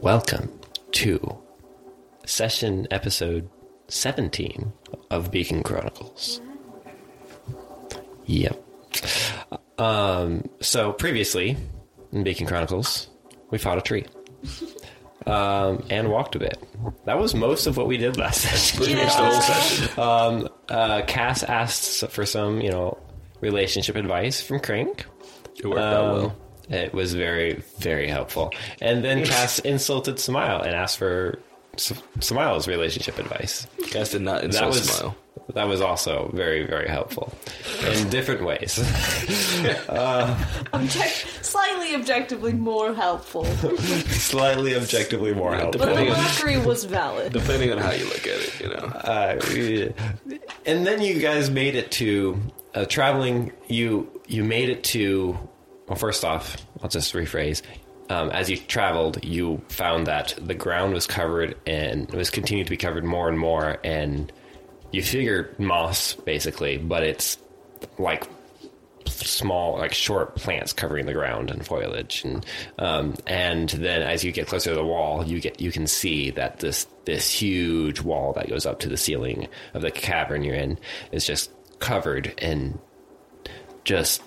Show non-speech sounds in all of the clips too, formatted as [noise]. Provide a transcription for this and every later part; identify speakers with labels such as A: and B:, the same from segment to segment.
A: Welcome to session episode 17 of Beacon Chronicles. Yep. Um, so previously in Beacon Chronicles, we fought a tree. Um, and walked a bit. That was most of what we did last [laughs] session.
B: Pretty much the whole session.
A: Uh, Cass asked for some, you know, relationship advice from Crank.
B: It worked out well.
A: Uh, It was very, very helpful. And then Cass insulted Smile and asked for S- Smile's relationship advice.
B: Cass did not
A: That
B: insult
A: was
B: Smile.
A: that was also very, very helpful in different ways. [laughs]
C: Object- slightly objectively more helpful,
A: Slightly objectively more helpful.
C: but the
B: Depending on-
C: mockery was valid.
B: Depending on how you look at it, you know. [laughs]
A: Uh, and then you guys made it to uh, traveling. You you made it to. Well, first off, I'll just rephrase. Um, as you traveled, you found that the ground was covered and it was continued to be covered more and more, and you figure moss basically, but it's like small, like short plants covering the ground and foliage, and um, and then as you get closer to the wall, you get you can see that this this huge wall that goes up to the ceiling of the cavern you're in is just covered in just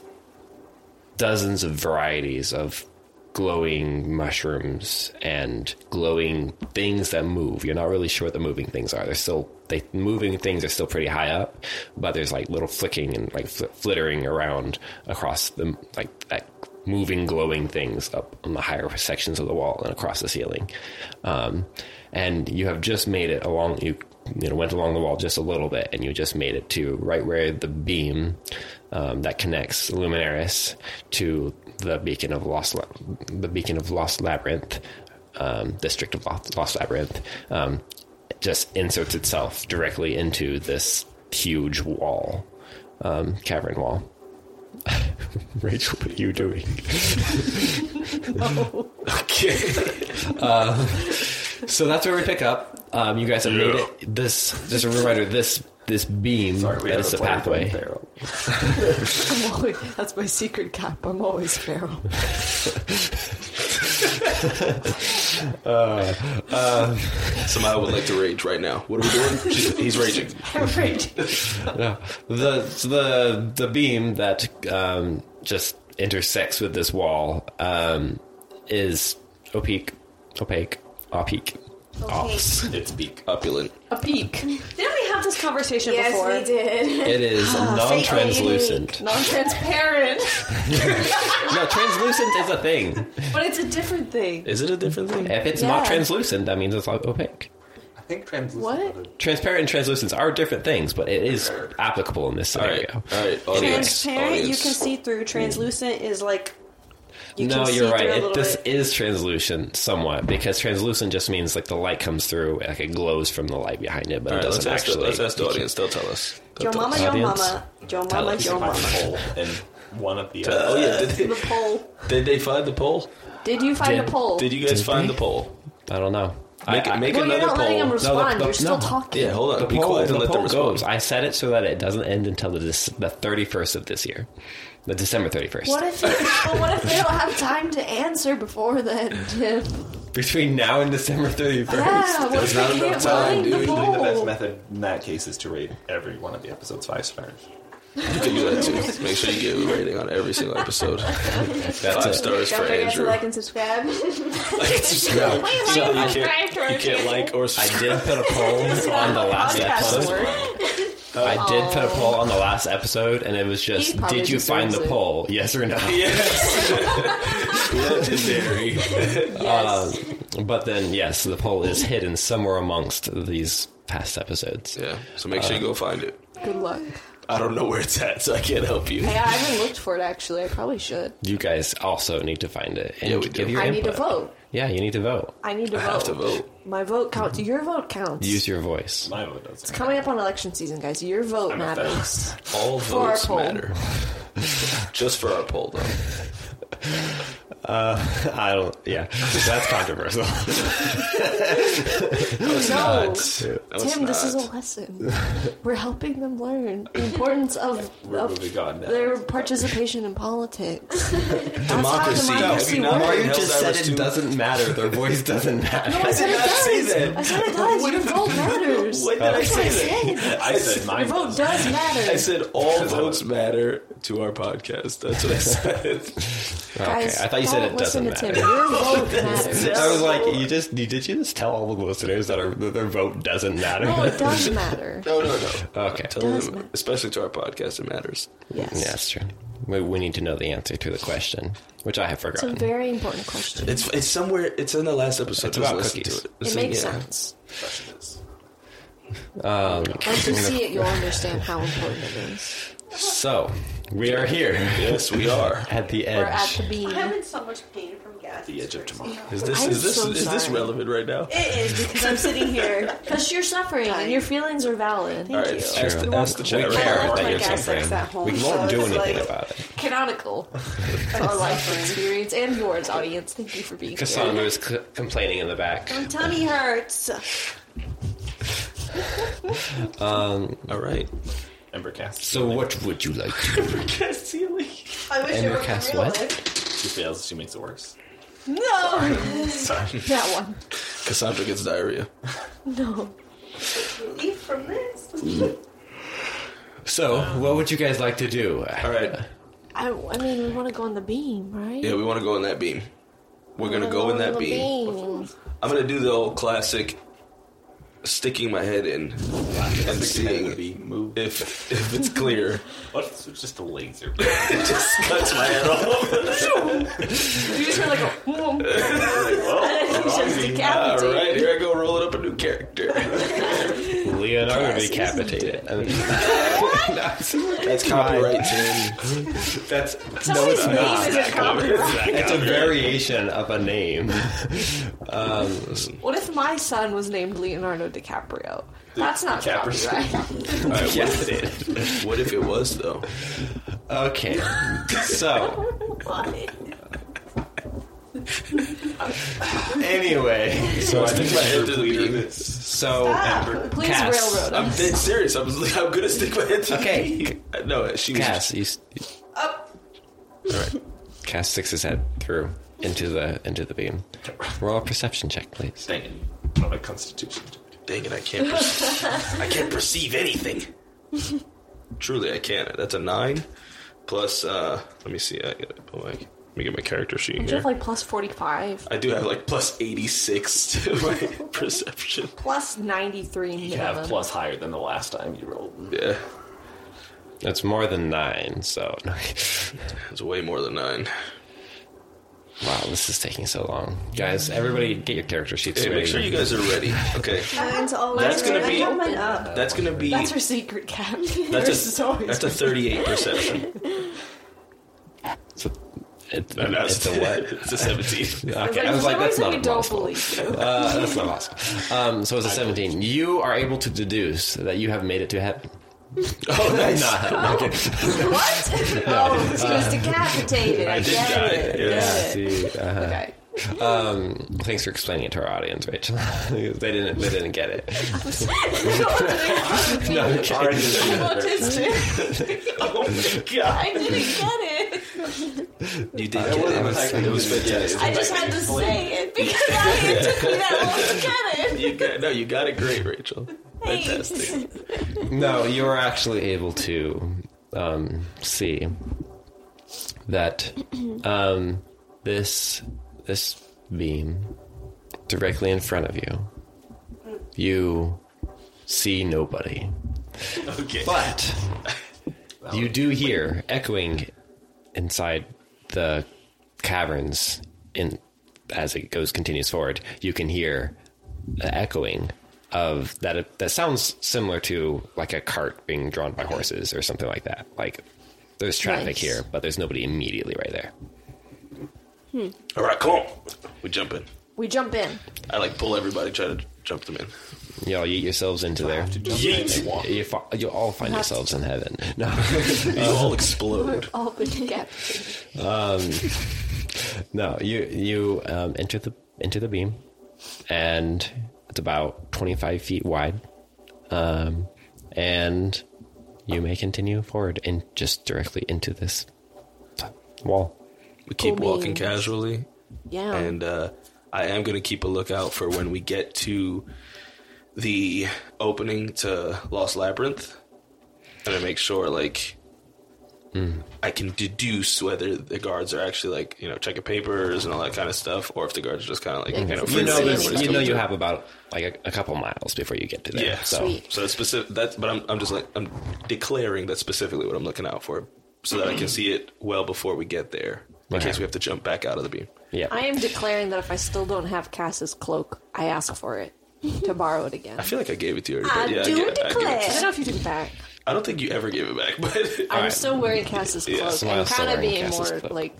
A: dozens of varieties of glowing mushrooms and glowing things that move. You're not really sure what the moving things are. They're still they moving things are still pretty high up, but there's like little flicking and like fl- flittering around across the like that moving glowing things up on the higher sections of the wall and across the ceiling. Um, and you have just made it along you you know went along the wall just a little bit and you just made it to right where the beam um, that connects luminaris to the beacon of lost La- the beacon of lost labyrinth um, district of lost, lost labyrinth um, just inserts itself directly into this huge wall um, cavern wall [laughs] rachel what are you doing [laughs] Um, so that's where we pick up. Um, you guys have made it. This just a reminder. This this beam that is the pathway. [laughs]
C: I'm always- that's my secret cap. I'm always feral. [laughs]
B: Smile would like to rage right now. What are we doing? [laughs] She's, he's raging.
C: I'm right.
A: No, the the the beam that um, just intersects with this wall um, is opaque, opaque, opaque. Ops.
B: It's beak. Opulent.
C: A peak. Didn't we have this conversation
D: Yes,
C: before?
D: we did.
A: It is non-translucent.
C: Non-transparent,
A: No, translucent is a thing.
C: but it's a different thing.
A: Is it a different thing? If it's not
C: Yeah.
A: translucent, that means it's not opaque.
E: I think translucent.
C: What?
A: Transparent and translucent are different things, but it is applicable in this
B: All right.
A: scenario.
B: All right. Audience.
D: Transparent,
B: audience.
D: you can see through. Translucent is like you
A: no,
D: can
A: you're
D: see
A: right.
D: through a
A: It,
D: little
A: this
D: bit.
A: is translucent somewhat because translucent just means like the light comes through, like it glows from the light behind it, but
B: All
A: it
B: right, let's
A: doesn't
B: ask, the,
A: actually.
B: let's ask the audience. They'll tell us. They'll
D: Your
B: tell
D: mama,
B: us.
D: your
A: Audience,
D: mama, your
A: tell
D: mama,
A: us
D: your
A: about
D: mama.
E: Pole and one of the
B: Oh,
E: other.
B: yeah.
D: [laughs]
B: Did
C: The
B: they,
C: poll.
B: did they find the poll?
C: Did you find
A: Did-
C: a poll?
B: Did you guys
A: Did
B: find
A: they?
B: the poll?
A: I don't know.
B: Make,
A: I, I-
B: make
C: well, you're
B: another
C: not
B: poll.
C: letting them
A: No,
C: respond.
A: the-
C: you're still
A: no.
C: talking.
B: yeah, hold on.
A: the
B: Be
A: poll,
B: quiet
A: the
B: and let them
A: poll
B: respond.
A: goes. I set it so that it doesn't end until the, dec- the 31st of this year, the December 31st.
D: What
C: [laughs]
D: if? but what if they don't have time to answer before then?
C: [laughs]
D: Yeah,
A: Between now and December 31st.
D: what
E: There's
D: if
E: not
D: they
E: enough
D: can't
E: time,
D: find
E: dude.
D: the
E: The best
C: Oh.
D: poll?
E: method in that case is to rate every one of the episodes five stars.
B: You can do that too. Make sure you give a rating on every single
D: [laughs]
B: episode. Five
A: it.
B: stars
D: Don't
B: for
D: forget to
B: Andrew.
D: like and subscribe.
B: No.
D: Please
B: So
D: like
B: you
D: and subscribe to our
B: can't, you can't
D: channel.
B: like or subscribe.
A: I did put a
C: [laughs]
A: poll on the last
C: Podcast
A: episode.
C: work.
A: I did put a poll on the last episode, and it was
C: He
A: just,
C: probably
A: did you find
C: deserves it.
A: the poll? Yes
E: [laughs]
A: or no?
B: Legendary. Uh,
C: Yes.
A: But then, yes, the poll is hidden somewhere amongst these past episodes.
B: Yeah, so make sure you go find it.
C: Good luck.
B: I don't know where it's at, so I can't help you.
C: Hey, I haven't looked for it actually. I probably should.
A: You guys also need to find it and
B: Yeah, we do.
A: give your
C: I need to
A: input.
C: vote.
A: Yeah, you need to vote.
C: I need to
B: I
C: vote.
B: have to vote.
C: My vote counts. Your vote counts.
A: Use your voice.
E: My vote doesn't.
C: Coming up on election season, guys. Your vote
E: I'm a
C: matters.
B: All
C: our
B: votes
C: poll.
B: matter. Just for our poll, though.
A: Uh, [laughs] I don't. Yeah, that's
E: [laughs]
A: controversial.
D: No,
B: No, it's
D: Tim, this is
B: not.
D: a
B: [laughs]
D: lesson. We're helping them learn the importance of,
E: We're
D: of
E: moving on now.
D: their participation
B: [laughs]
D: in politics.
B: Democracy.
D: That's how democracy
B: Have you not-
D: works.
A: Mario
B: Hell,
A: just
B: that
A: said
B: was
A: it
B: too-
A: doesn't matter. Their voice doesn't matter.
D: I said it does. I said it does. Your
B: [laughs]
D: vote matters.
B: When did I
D: That's what I
B: say that?
D: said.
E: I said
D: Your
E: mine.
D: vote
E: was-
D: does matter.
B: I said all votes matter to our podcast. That's what I said.
D: Guys,
A: okay, I thought you said
D: don't
A: it doesn't
D: listen
A: matter.
D: to Tim. Your
A: [laughs]
D: vote matters.
A: I was like, you just you, did you just tell all the listeners that, our, that their vote doesn't matter?
D: No, it does
A: [laughs]
D: matter.
B: [laughs] no, no, no.
A: Okay,
B: Tell
D: Does
B: them,
D: matter.
B: especially to our podcast, it matters.
D: Yes.
A: yeah, that's true. We, we need to know the answer to the question, which I have
D: It's a
A: forgotten.
D: very important question.
B: It's it's somewhere. It's in the last episode.
A: It's Um,
B: Just
A: about
B: listen
A: cookies.
B: To it.
D: it
B: Listen,
D: makes
B: yeah.
D: sense.
E: Question is,
D: Once you see it, you'll understand how important it
A: [laughs]
D: is.
A: So we are here
B: Yes, we are.
A: at the
D: We're at
A: edge.
D: the beam.
F: I'm in so much pain from gas.
E: The edge of
F: It's
E: tomorrow.
F: crazy.
B: Is this
D: I'm
B: is this
D: so
B: is this
D: sorry.
B: relevant right now?
F: It is because I'm sitting here.
D: Because you're suffering and your feelings are valid.
F: Thank you.
B: Ask the, ask the
A: We
B: chat.
A: care
B: right now.
F: don't
A: that
F: like
A: you're
F: gas
A: suffering.
F: sex at home,
A: We
F: so
A: won't do
F: it's
A: anything
F: like-
A: about it. [laughs]
D: Canonical. Our life experience and yours, audience. Thank you for being here.
A: Cassandra is c- complaining in the back.
F: My tummy hurts.
B: All right.
E: Ember casts.
A: So what would you like to
F: I wish
A: And
F: it were
A: your cast
F: for real.
A: what?
F: life.
E: She fails. She makes it worse.
F: No.
E: Sorry.
D: That one.
B: Cassandra gets diarrhea.
D: No.
F: Leave
A: [laughs]
F: from this.
A: So, what would you guys like to do?
B: All right.
D: I, I mean, we want to go on the beam, right?
B: Yeah, we want to go in that beam. We're gonna
D: Wanna
B: go in
D: on
B: that
D: the
B: beam.
D: beam.
B: I'm gonna do the old classic, sticking my head in and seeing
E: Be moved.
B: if if it's clear.
E: What if it's just a laser?
B: [laughs] It just cuts my head off.
D: You just heard like a. "Whoom." It's [laughs] just
B: [laughs] All
D: decapitated.
B: right, here I go rolling up a new character.
A: Leonardo decapitated.
B: That's copyright, Tim.
A: That's no,
D: Somebody's
A: it's
D: name
A: not.
D: is a copyright.
A: [laughs] It's a variation of a name.
D: What if my son was named Leonardo DiCaprio? That's not
E: DiCaprio.
D: copyright.
A: [laughs] yes, it is.
B: What if it was [laughs] though?
A: Okay, [laughs] so
D: Why?
A: anyway,
B: So I stick my head to the
E: bleeding
B: beam.
E: this.
A: so
D: Ah, Please
A: Cass.
D: railroad
B: I'm
D: us.
B: dead serious. I'm, I'm gonna stick my head to
A: Okay.
B: the beam. I- No, she was.
A: Cass, you, All right, Cass sticks his head through into the into the beam. Roll a perception check, please.
E: Dang it. Not a constitution.
B: Dang it! I can't. Perceive, I can't perceive anything. Truly, I can't. That's a nine. Plus, uh, let me see. I gotta put my. Let me get my character sheet
D: Do you
B: here.
D: have like plus 45?
B: I do have like plus eighty six to [laughs] my perception.
D: Plus 93
E: You
D: minimum.
E: have plus higher than the last time you rolled.
B: Yeah,
A: That's more than nine. So [laughs]
B: it's way more than nine.
A: wow, this is taking so long, guys. Everybody, get your character sheets
B: Hey,
A: ready.
B: make sure you guys are ready. Okay,
F: Mine's always
B: That's gonna
F: I
B: be-
F: have mine up.
B: that's gonna be
D: That's her secret cat.
B: that's a that's a thirty eight perception.
A: It's a, it's
B: No, no,
A: a, it's a what?
B: [laughs] It's a seventeen.
A: Okay, I was like, that's not
D: we don't
A: impossible.
D: believe you.
A: Uh, that's not possible. Um, so it's a 17. You are able to deduce that you have made it to heaven.
B: [laughs]
A: [laughs]
B: Oh, nice.
A: Nah, okay.
E: [laughs]
D: What? oh, she was decapitated. I,
B: I did
D: get
B: die,
D: it.
B: yeah.
D: Good.
A: See, uh,
E: [laughs]
D: Okay.
A: um, thanks for explaining it to our audience, Rachel. [laughs] they didn't. They didn't get it.
D: [laughs]
A: no, I'm kidding.
D: Autistic.
E: [laughs] Oh
B: Yeah,
D: I didn't get it.
B: you did. get it. it was fantastic.
D: I just had to say it because I, it took me that long to get it.
E: [laughs]
B: You got, no, you got it great, Rachel.
D: [laughs]
B: Fantastic.
A: No, you are actually able to um, see that um, this this beam directly in front of you. You see nobody,
B: Okay.
A: but you do hear echoing inside the caverns. In as it goes continues forward, you can hear the echoing of that that sounds similar to like a cart being drawn by horses or something like that. Like there's traffic
D: Nice.
A: here, but there's nobody immediately right there.
B: All right, come on. We jump in.
D: We jump in.
B: I like pull everybody, try to jump them in.
A: Y'all yeet yourselves into there.
B: Yeet.
A: You, fi- you'll all find
D: That's-
A: yourselves in
D: [laughs]
A: heaven. No.
B: You all explode.
D: All but decapitated.
A: No, you you um, enter the into the beam, and it's about twenty five feet wide, um, and you may continue forward and just directly into this wall.
B: We keep
D: Cool
B: walking
D: beans.
B: casually,
D: Yeah.
B: and uh, I am going to keep a lookout for when we get to the opening to Lost Labyrinth. And I make sure, like, I can deduce whether the guards are actually, like, you know, checking papers and all that kind of stuff, or if the guards are just kind of, like, you know,
D: You
A: You
B: figuring
A: know,
B: out
D: Sweet.
A: there's-
B: everybody's
A: you know,
B: coming
A: you
B: through.
A: have about like a, a couple miles before you get to there.
B: Yeah.
A: so
D: Sweet.
B: So it's specific. That's but I'm I'm just like I'm declaring that's specifically what I'm looking out for, so that I can see it well before we get there, in
A: Okay.
B: case we have to jump back out of the beam.
A: yeah,
D: I am declaring that if I still don't have Cass's cloak, I ask for it to borrow
B: [laughs]
D: it again.
B: I feel like I gave it to you.
F: I
B: Already, but yeah,
F: do
B: I, get it, I, give
F: declare.
D: I
B: it to
D: don't
B: you.
D: know if you took it back.
B: I don't think you ever gave it back, [laughs] but
D: I'm still wearing Cass's
B: Yeah,
D: cloak.
A: someone
D: I'm
A: else still
D: kind of
A: wearing
D: being
A: Cass's
D: more
A: cloak.
D: like,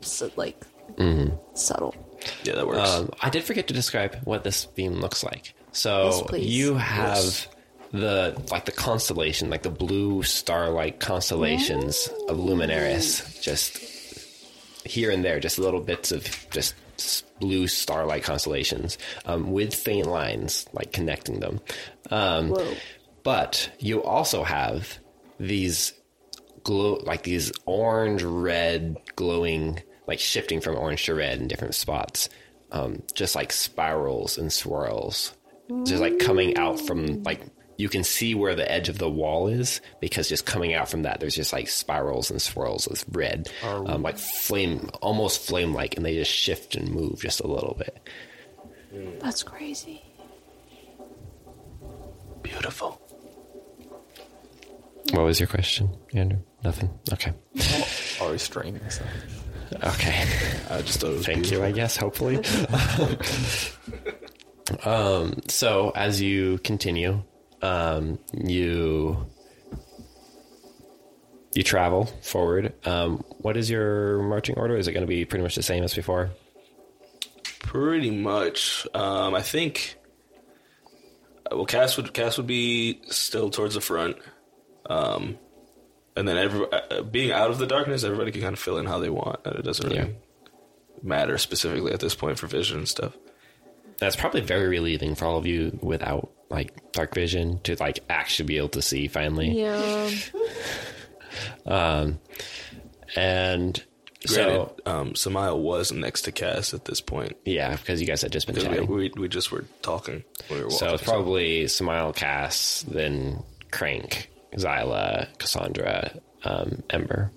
D: su- like
B: Mm-hmm.
D: subtle.
B: yeah, that works.
A: Um, I did forget to describe what this beam looks like. So
D: Yes, please.
A: you have
B: Yes.
A: the like the constellation, like the blue star-like constellations of Luminaris, just here and there, just little bits of just s- blue star-like constellations um, with faint lines like connecting them. Um,
D: Whoa.
A: but you also have these glow like these orange red glowing like shifting from orange to red in different spots um, just like spirals and swirls just like coming out from like you can see where the edge of the wall is because just coming out from that there's just like spirals and swirls of red um, like flame almost flame like and they just shift and move just a little bit
D: That's crazy.
B: Beautiful.
A: what was your question andrew nothing okay
E: Are restraining yourself.
A: okay
B: I just thought it was
A: Thank you,
B: beautiful.
A: I guess, hopefully.
B: [laughs]
A: um, so, as you continue, um, you you travel forward. Um, what is your marching order? Is it going to be pretty much the same as before?
B: Pretty much. Um, I think. uh, Well, Cass would Cass would be still towards the front, um, and then every, uh, uh, being out of the darkness, everybody can kind of fill in how they want. and It doesn't really
A: Yeah.
B: matter specifically at this point for vision and stuff.
A: That's probably very relieving for all of you without like dark vision to like actually be able to see finally. Um,
D: Yeah.
A: And
B: Granted,
A: so,
B: um, Samaya was next to Cass at this point
A: yeah, because you guys had just been
B: because we,
A: chatting.
B: we we just were talking. when We were
A: So
B: walking,
A: it's probably Smile Cass, then Crank, Xyla, Cassandra, um, Ember.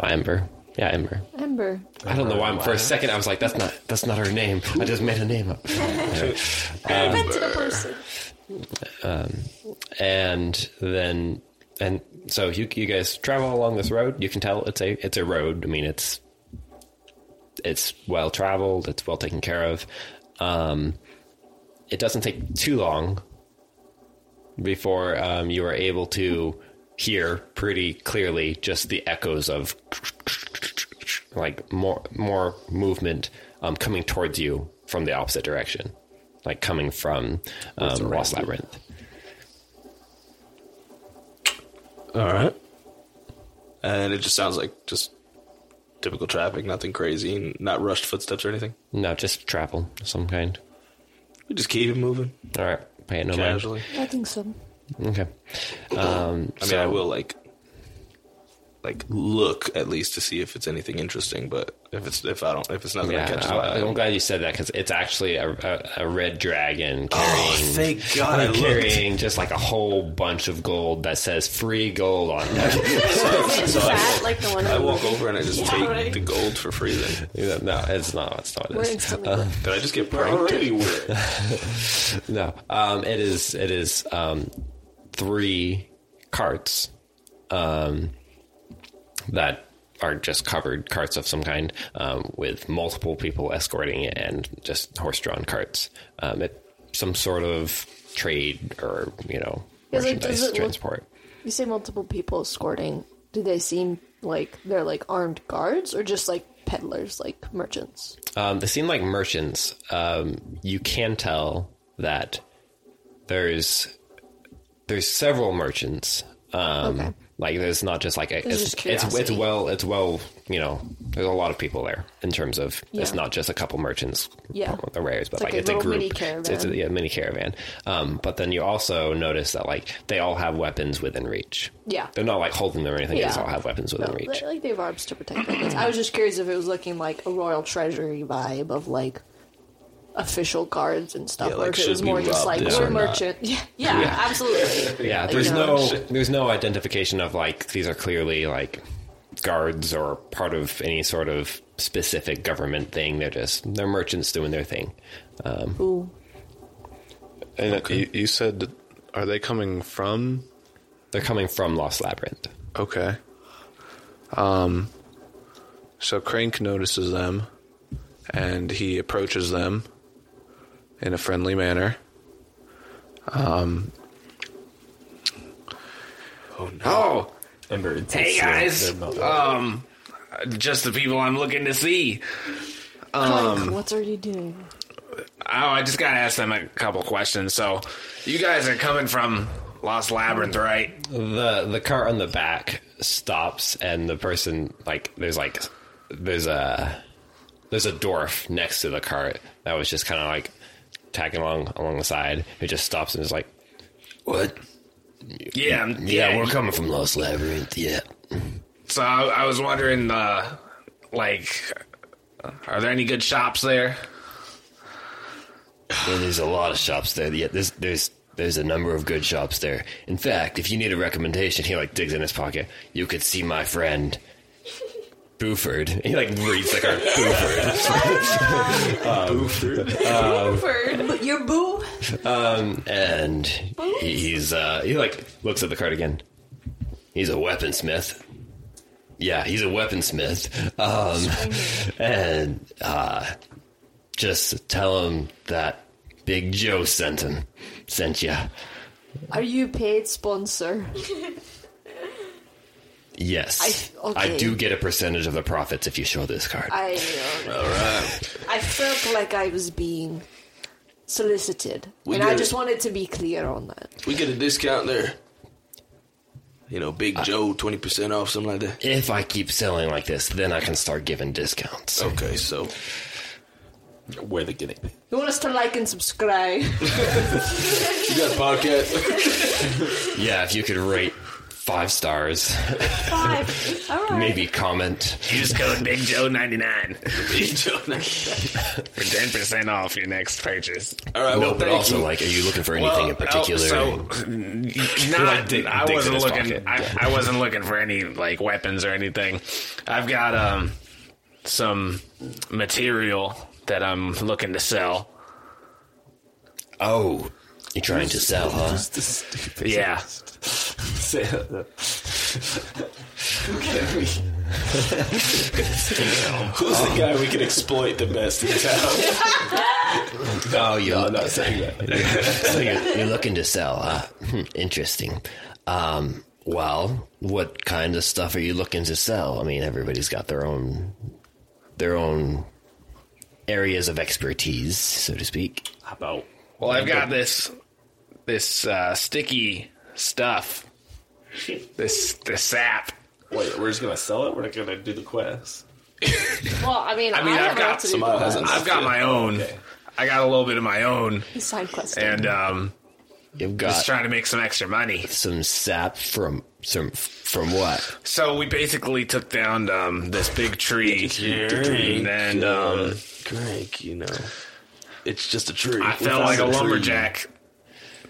A: Not Ember. Yeah, Ember.
D: Ember.
A: I don't know why. For a second, I was like, "That's not that's not her name. I just made a name up."
F: Invented a person.
A: and then and so you you guys travel along this road. You can tell it's a it's a road. I mean, it's it's well traveled. It's well taken care of. Um, it doesn't take too long before um, you are able to hear pretty clearly just the echoes of like more more movement um, coming towards you from the opposite direction, like coming from um, Ross Labyrinth.
B: All right. And it just sounds like just typical traffic, nothing crazy, and not rushed footsteps or anything.
A: No, just travel of some kind.
B: We just keep it moving
A: All right, pay it no
B: casually.
D: I think so.
A: mind. Okay.
B: I mean, I will like like look at least to see if it's anything interesting, but if it's if I don't if it's nothing that
A: Yeah,
B: catches my
A: I,
B: eye.
A: I'm glad you said that because it's actually a, a, a red dragon carrying,
B: Oh, thank God I looked.
A: carrying just like a whole bunch of gold that says "free gold" on it. [laughs]
D: Is that like the one
B: I
D: that
B: walk over and I just take
D: right.
B: the gold for free. Then
A: no, it's not. It's not. What
D: we're
A: it is.
D: instantly
B: did I just get pranked?
A: No, um, it is. It is um, three carts um, that are just covered carts of some kind um, with multiple people escorting it and just horse-drawn carts. Um, it some sort of trade or you know
D: Is it- does
A: merchandise
D: it look-
A: transport.
D: You say multiple people escorting. Do they seem like they're like armed guards or just like peddlers, like merchants?
A: Um, they seem like merchants. Um, you can tell that there's there's several merchants. Um,
D: Okay.
A: Like there's not just like a,
D: There's
A: it's,
D: just
A: it's it's
D: curiosity.
A: well it's well you know there's a lot of people there in terms of it's
D: Yeah.
A: not just a couple merchants
D: Yeah.
A: or rares but
D: It's like
A: like,
D: a
A: it's a
D: little
A: group
D: mini
A: It's- it's a
D: caravan.
A: yeah, mini caravan um, but then you also notice that like they all have weapons within reach
D: Yeah.
A: they're not like holding them or anything they just
D: Yeah.
A: all have weapons within
D: No,
A: reach
D: they- like they have arms to protect their kids. I was just curious if it was looking like a royal treasury vibe of like official guards and stuff,
B: Yeah,
D: or
B: like,
D: if it
B: should
D: was
B: we
D: more just
B: rob
D: like
B: this
D: we're
B: or not?
D: merchant. [laughs] Yeah, yeah,
A: Yeah.
D: absolutely.
A: yeah
D: Like,
A: there's
D: you know,
A: no there's no identification of like these are clearly like guards or part of any sort of specific government thing they're just they're merchants doing their thing
D: Ooh.
G: And you, you said, that- are they coming from?
A: they're coming from lost labyrinth
G: Okay. Um. So Crank notices them, and he approaches them in a friendly manner. Um,
B: Oh no.
G: Oh,
E: Ember. it's-
G: Hey,
E: it's, uh,
G: guys. Um,
E: they're not-
G: just the people I'm looking to see.
C: Clank, what are you doing?
G: Oh, I just gotta ask them a couple questions. So, you guys are coming from Lost Labyrinth, right?
A: the the car on the back stops and the person like there's like there's a there's a dwarf next to the cart that was just kind of like tagging along along the side who just stops and is like what
G: Yeah, I'm-
A: coming from lost labyrinth yeah
G: So I, I was wondering, uh, like, are there any good shops there?
A: Well, there's a lot of shops there. Yeah, there's there's there's a number of good shops there. In fact, if you need a recommendation, he like digs in his pocket. You could see my friend Buford. He like reads like our Buford.
C: But your boo?
A: and he's uh he like looks at the card again he's a weaponsmith yeah he's a weaponsmith um and uh just tell him that big joe sent him sent you
D: Are you paid sponsor?
A: yes
D: I- okay.
A: I do get a percentage of the profits if you show this card
D: I All right. I felt like I was being solicited,
B: We
D: and
B: did
D: I
B: it.
D: just wanted to be clear on that.
B: We get a discount there. You know, Big
G: Uh,
B: Joe, twenty percent off, something like that.
A: if i keep selling like this then i can start giving discounts
B: Okay, so
E: We're the guinea pig.
D: You want us to like and subscribe? [laughs]
B: you got a
G: [laughs]
B: podcast.
A: yeah if you could rate five stars
D: Five. All right.
A: maybe comment
G: Use code Big Joe ninety nine
B: Big Joe.
G: for ten percent off your next purchase.
B: All right,
A: No,
B: well,
A: but
B: thank
A: also,
B: you.
A: like, are you looking for anything in particular?
G: so [laughs] not.
A: dig-
G: I
A: digs in
G: wasn't
A: his pocket.
G: looking. I, I wasn't looking for any like weapons or anything. I've got um some material that I'm looking to sell.
A: oh, you're trying to sell, huh?
E: It's the stupid.
G: Yeah.
E: Say that. Who's the guy we could exploit the best in town?
A: Oh, you're,
E: I'm not
A: [laughs]
E: saying that.
A: so you're, you're looking to sell, huh? [laughs] Hmm, Interesting. Um, well, what kind of stuff are you looking to sell? I mean, everybody's got their own their own areas of expertise, so to speak.
E: How about
G: Well, I've got this this uh, sticky stuff. This this sap.
E: wait? We're just gonna sell it. We're not gonna do the quest.
D: Well, I mean, I,
G: mean,
D: have
G: I've got
D: got to do
E: Somehow
D: that.
E: hasn't.
G: I've got my own. I got a little bit of my own,
D: side quest.
G: and um,
A: You've
G: just
A: got
G: trying to make some extra money.
A: some sap from some from what?
G: So we basically took down um, this big tree,
B: Drink,
G: and
B: uh,
G: um,
B: drink, you know, it's just a tree.
G: I felt
B: Without
G: like a
B: tree.
G: lumberjack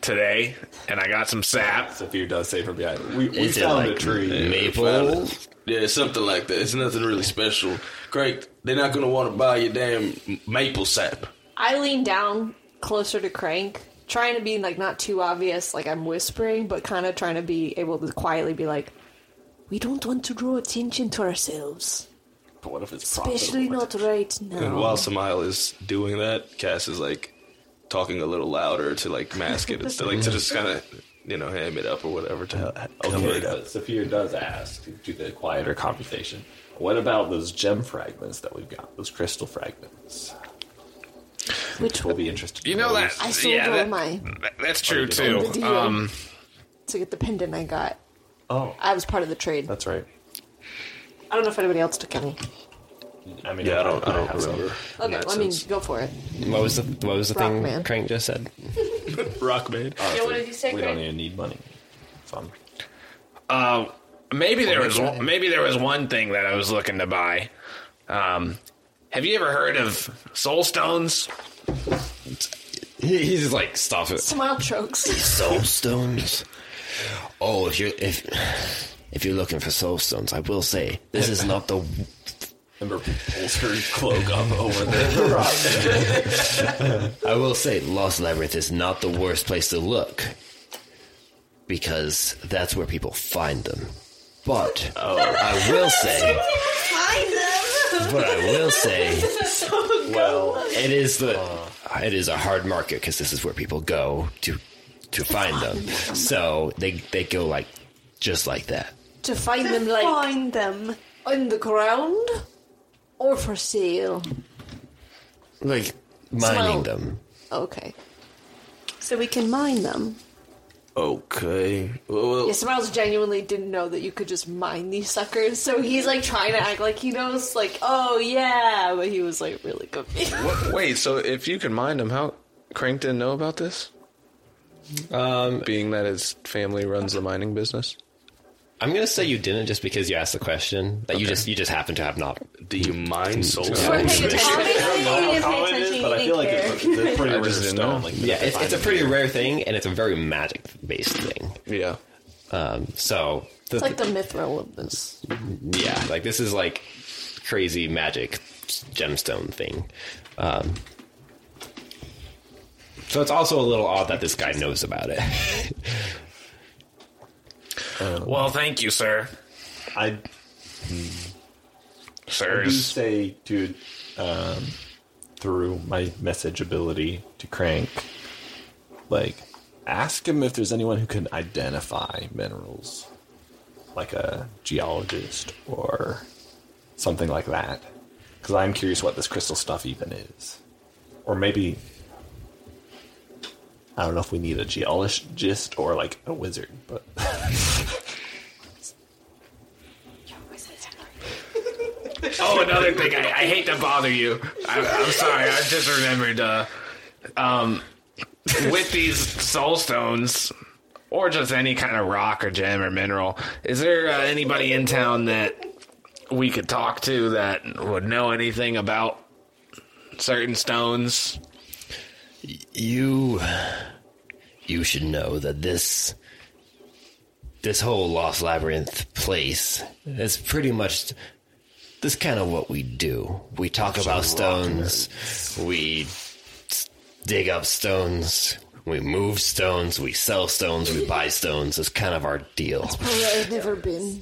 G: today, and I got some sap.
E: So if you does say from behind, we, we
A: Is it
E: found
A: like
E: a tree.
A: maple?
B: Yeah, something like that. It's nothing really special. Craig, they're not gonna want to buy your damn maple sap.
D: I lean down closer to Crank, trying to be like not too obvious, like I'm whispering, but kind of trying to be able to quietly be like, "We don't want to draw attention to ourselves,
E: But what if it's
D: especially
E: profitable?
D: not right
B: And
D: now."
B: while Samael is doing that, Cass is like talking a little louder to like mask it, to like to just kind of you know ham it up or whatever to help.
E: Okay, but Sophia does ask to do the quieter conversation. What about those gem fragments that we've got? Those crystal fragments.
D: Which
E: We'll
D: one?
E: be interested.
G: You
E: in
G: know
E: those.
G: that?
D: I sold
G: Yeah,
D: all
G: that,
D: my
G: that- that's
E: Oh,
G: true
E: you did.
D: the
G: too.
D: deal
G: Um,
D: to get the pendant I got.
E: Oh,
D: I was part of the trade.
E: that's right.
D: I don't know if anybody else took any.
E: I mean,
B: Yeah, I don't, I don't
E: have some.
B: remember. in
D: Okay,
B: that
D: well, I mean,
B: sense.
D: go for it.
A: What was the What was the thing
D: Rockman.
A: Crank just said?
B: rock band.
E: Honestly,
F: Yeah, what did you say,
E: We
F: Greg?
E: don't even need money. Fun.
G: Maybe there was one, maybe there was one thing that I was looking to buy. Um, have you ever heard of soul stones?
A: He, he's just like, stop it.
D: Smile chokes.
A: [laughs] Soulstones. Oh, if you're if if you're looking for soulstones, I will say this is not the
E: Remember, pulls her cloak up over the rock.
A: I will say, Lost Labyrinth is not the worst place to look because that's where people find them. But I will say, but I will
D: [laughs]
A: say,
E: Well,
A: it is the it is a hard market because this is where people go to to find them. So they they go like just like that.
D: to find them like
F: find them.
D: on the ground or for sale.
A: like mining
D: Smell.
A: them.
D: Okay. So we can mine them.
B: [laughs] Okay. Well, well,
D: Yeah, Smiles genuinely didn't know that you could just mine these suckers, so he's like trying to act like he knows, like, oh yeah, but he was like really confused.
G: Wha- Wait, so if you can mind him, how Crank didn't know about this? Um, being that his family runs the mining business.
A: I'm gonna say you didn't just because you asked the question that you just you just happen to have not.
B: do you mind soul
A: We're
B: stones?
A: paying
E: how it is, but I feel like it's, it's pretty
G: I just
E: rare
G: didn't
E: stone.
G: know.
E: Like,
A: Yeah, it's, it's a pretty rare thing, and it's a very magic based thing.
G: Yeah.
A: So the,
D: It's like the mithril of this.
A: yeah, like this is like crazy magic gemstone thing. Um, so it's also a little odd that this guy knows about it.
G: Well, thank you, sir.
E: I do
G: Sirs.
E: say, dude, um, through my message ability to Crank, like, ask him if there's anyone who can identify minerals, like a geologist or something like that. Because I'm curious what this crystal stuff even is. Or maybe. I don't know if we need a geologist or like a wizard, but
G: Oh, another thing. I, I hate to bother you. I, I'm sorry. I just remembered. Uh, um, with these soul stones, or just any kind of rock or gem or mineral, is there uh, anybody in town that we could talk to that would know anything about certain stones?
A: you you should know that this this whole lost labyrinth place is pretty much this kind of what we do we talk about stones we s- dig up stones we move stones we sell stones we buy stones it's kind of our deal
D: Oh, I've never been.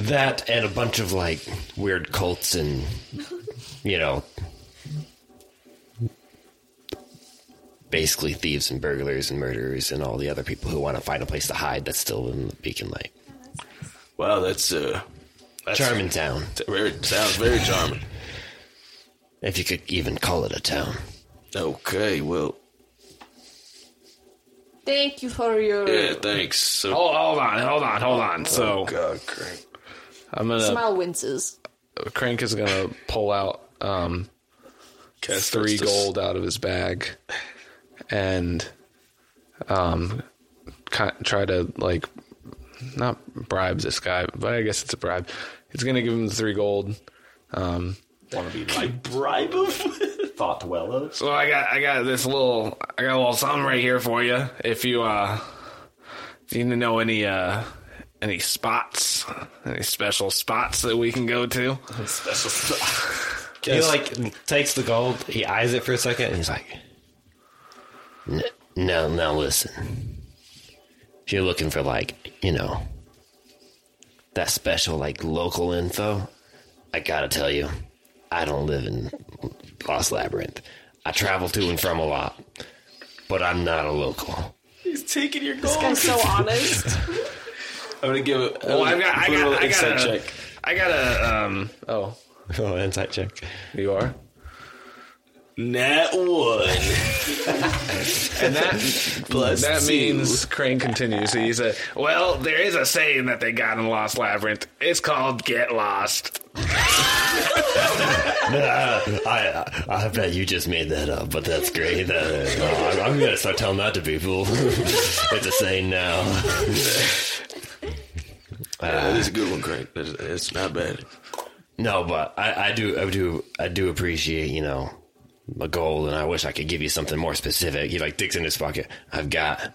A: that and a bunch of like weird cults and you know basically thieves and burglars and murderers and all the other people who want to find a place to hide that's still in the beacon light
B: Wow, that's uh, that's
A: charming town
B: Very, sounds very charming.
A: if you could even call it a town
B: Okay, well,
D: Thank you for your
B: yeah, thanks. So,
G: Hold, Oh, hold on, hold on, hold on. So
B: God, great.
G: I'm gonna
B: Uh,
D: smile winces.
G: Crank is gonna pull out um three gold out of his bag and um ki- try to like not bribe this guy, but I guess it's a bribe. He's gonna give him the three gold.
E: want to be like bribe him. [laughs] Thought well of.
G: So I got I got this little I got a little something right here for you. If you uh if you know any uh any spots, any special spots that we can go to.
E: [laughs]
A: he like takes the gold he eyes it for a second and he's like "N- no now listen if you're looking for like you know that special like local info i gotta tell you i don't live in lost labyrinth i travel to and from a lot but i'm not a local [laughs]
B: He's taking your
D: This
B: gold.
F: [laughs]
D: guy's so honest.
B: I'm gonna give it.
G: Well, I've got I
B: put a
G: got
B: little
G: I got
B: insight
G: Oh, a, I got a um oh
A: oh insight check
G: You are?
B: Nat one.
G: And that
B: Plus
G: that
B: two.
G: means Crane continues. He's a well. There is a saying that they got in Lost Labyrinth. It's called "Get Lost."
A: I, I I bet you just made that up, but that's great. Uh, I'm, I'm gonna start telling that to people. [laughs] it's a saying now.
B: that is a good one, Craig. That's, that's not bad.
A: No, but I, I do I do I do appreciate you know the goal, and I wish I could give you something more specific. He like digs in his pocket. I've got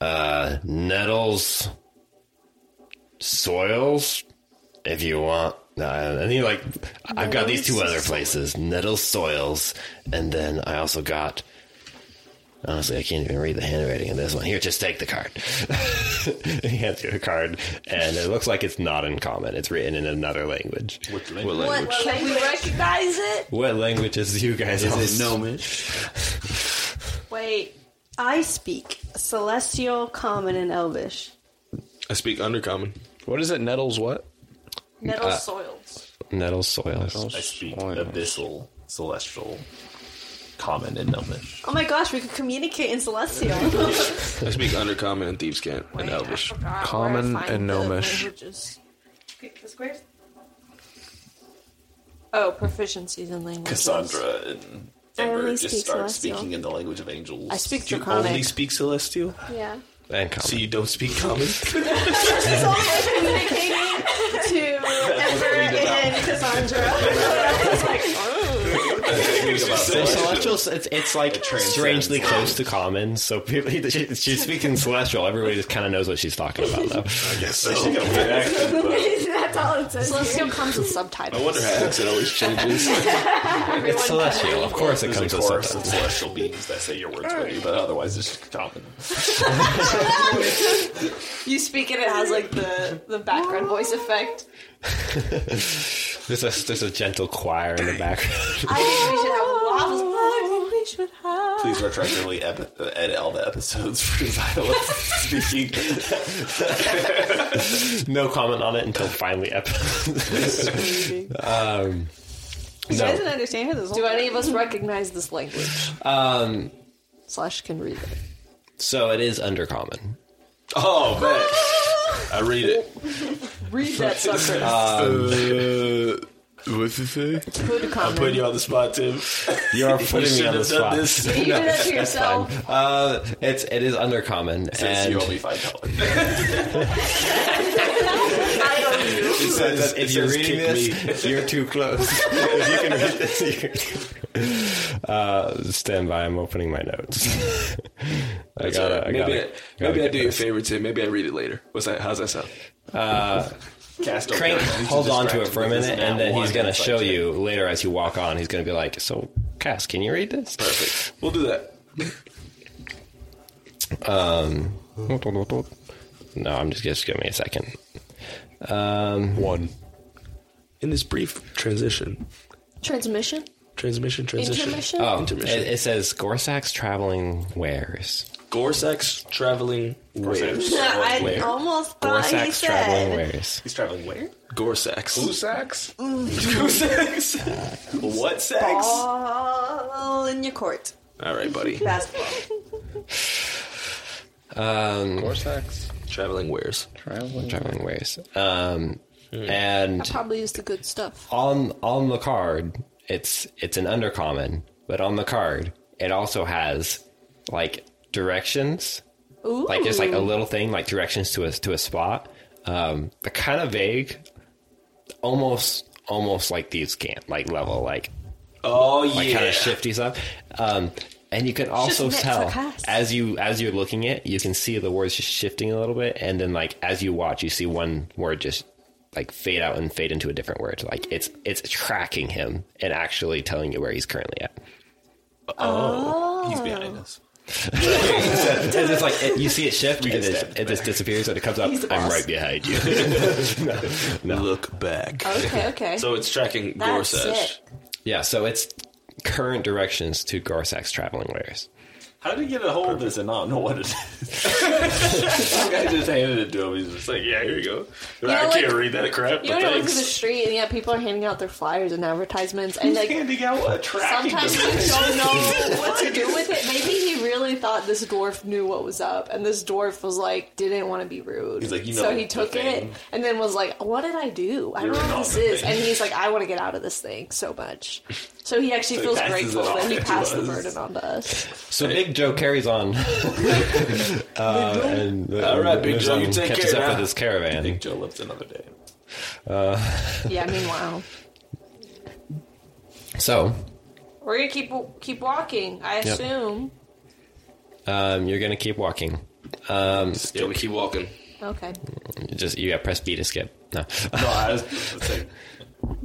A: uh nettles, soils, if you want. Uh, and he like I've got these two other places: nettles, soils, and then I also got. Honestly, I can't even read the handwriting of this one. Here, just take the card. [laughs] he hands you a card, and it looks like it's not in common. It's written in another language.
B: What
D: What?
B: language?
D: Can we recognize it?
A: What language is you guys?
E: Oh,
B: Is it
A: all-
B: gnomish?
F: Wait, I speak Celestial, Common, and Elvish.
B: I speak undercommon.
H: What is it? Nettles? What?
F: Metal soils.
A: nettles, soils.
E: I speak
H: Soil.
E: abyssal, celestial, common, and gnomish.
F: Oh my gosh, we could communicate in Celestial.
B: I speak undercommon and thieves can't and elvish.
H: Common and gnomish.
D: Oh, proficiencies in languages.
E: Cassandra and
F: only
E: Amber just
F: speak
E: start
F: celestial.
E: speaking in the language of angels.
D: I speak
B: Do you
D: Draconic.
B: only speak celestial?
F: Yeah.
A: And common.
B: So you don't speak common?
F: to Ember and [laughs]
D: [laughs]
F: Cassandra.
D: oh.
A: So celestial, it's, it's like strangely close to common. So people, [laughs] she, she's speaking celestial. Everybody just kind of knows what she's talking about,
E: [laughs]
A: though.
B: [laughs]
F: That's all it says.
D: Celestial comes with subtitles.
B: I wonder how accent always changes.
A: it's celestial, of course. It
E: There's
A: comes
E: a
A: with
E: chorus of
A: something.
E: celestial beings that say your words for you, but otherwise it's just common.
D: You speak and it has like the, the background voice effect.
A: There's a there's a gentle choir in the background.
D: I think we should have lots
E: Please retroactively epi- edit all the episodes for Xylem
A: [laughs]
E: speaking.
A: no comment on it until finally episode. um,
F: I
A: no.
F: didn't understand this
D: Do any of us recognize this language?
A: Um,
D: Slash can read it.
A: so it is under
E: [laughs]
A: common.
B: Oh man. I read it.
D: Read that sucker.
F: Uh,
B: What's it say?
D: Hood common.
B: Put you on the spot, Tim.
A: You are putting me
B: shouldn't
A: on the
B: have done
A: spot.
B: this.
D: you
B: [laughs]
D: did that to [laughs] yourself.
A: Uh, it's it is under common.
E: Says
A: and
E: you owe me five
D: [laughs]
E: dollars.
A: It says, if you're reading this, you're too close. if you can read this, you're... Uh, stand by. I'm opening my notes. [laughs] I
B: That's
A: gotta.
B: all right.
A: I
B: maybe
A: gotta,
B: I,
A: gotta
B: maybe I
A: get
B: do you a
A: this.
B: favor, Tim. Maybe I read it later. What's that? How's that sound?
E: Cast
A: Crank
E: over.
A: hold on to
E: distract
A: it for a
E: me with
A: minute,
E: this
A: and
E: nat
A: then he's
E: one.
A: gonna
E: It's like,
A: show you later as you walk on. He's gonna be like, "So, Cass, can you read this?" [laughs]
B: Perfect. We'll do that.
A: No, I'm just just give me a second. Um,
H: One.
B: In this brief transition,
D: Transmission?
B: transmission, transition,
D: Intermission?
A: oh, it,
B: Intermission.
A: it says Gorsak's traveling wares.
B: Gorsex traveling waves.
F: I
A: Where?
F: almost thought Ah, he
A: Gorsak's traveling
F: said.
A: wares.
E: He's traveling where?
B: Gorsex.
G: [laughs] Sacks.
E: What sex?
F: All in your court.
B: All right, buddy.
F: Basketball.
A: Um,
H: Corsax.
B: Traveling wares.
H: Traveling.
A: traveling ways. Um, and
D: Probably is the good stuff.
A: on on the card, it's it's an undercommon, but on the card, it also has like directions, like just like a little thing, like directions to a to a spot. Um, they're kind of vague, almost almost like these can't like level like
B: Oh
A: like
B: yeah.
A: kind of shifty stuff. Um, and you can also
F: meant for
A: tell
F: class.
A: as you as you're looking it, you can see the words just shifting a little bit, and then like as you watch, you see one word just like fade out and fade into a different word. Like it's it's tracking him and actually telling you where he's currently at.
E: He's behind us.
A: It's just like it, you see it
F: [laughs]
A: shift, and it,
E: stabbed.
A: it just disappears, and it comes up.
F: He's the
A: I'm
F: boss.
A: right behind you.
B: Look back.
D: Okay, okay.
B: So it's tracking
F: That's
B: Gorsex.
F: it.
A: yeah, so it's current directions to Gorsak's traveling wares.
E: How did he get a hold of this and not know what it is? [laughs] Some guy just handed it to him. He's just like, yeah, here you go.
D: You know,
E: I can't
D: like-
E: read that crap,
D: You
E: but
D: know, you look through the
E: thanks.
D: street and yeah, people are handing out their flyers and advertisements, and like
E: handing out a tracking
D: sometimes you
E: device.
D: don't know what to do with it. Maybe he really thought this dwarf knew what was up, and this dwarf was like didn't want to be rude.
E: He's like, "You
D: so
E: know
D: he
E: the
D: took it
E: thing."
D: and then was like, "What did I do? I
E: You're
D: don't know
E: not
D: what this
E: the
D: is."
E: thing.
D: And he's like, "I want to get out of this thing so much." So he actually
E: So [laughs]
D: feels
E: he passes it
D: grateful
E: off
D: that he
E: to
D: passed the
E: us.
D: burden on to us.
A: So Big Joe carries on.
F: [laughs]
A: uh, and uh,
B: All right, Big
A: moves
B: Joe,
A: on,
B: you take
A: catches
B: care
A: up
B: now.
A: with his caravan.
E: Big Joe lives another day.
D: Yeah, meanwhile,
A: So
D: we're gonna keep keep walking. I assume.
A: um, you're gonna keep walking.
B: Yeah, we keep walking.
D: Okay.
A: You just you got press B to skip. No. [laughs]
E: No, I was it's like,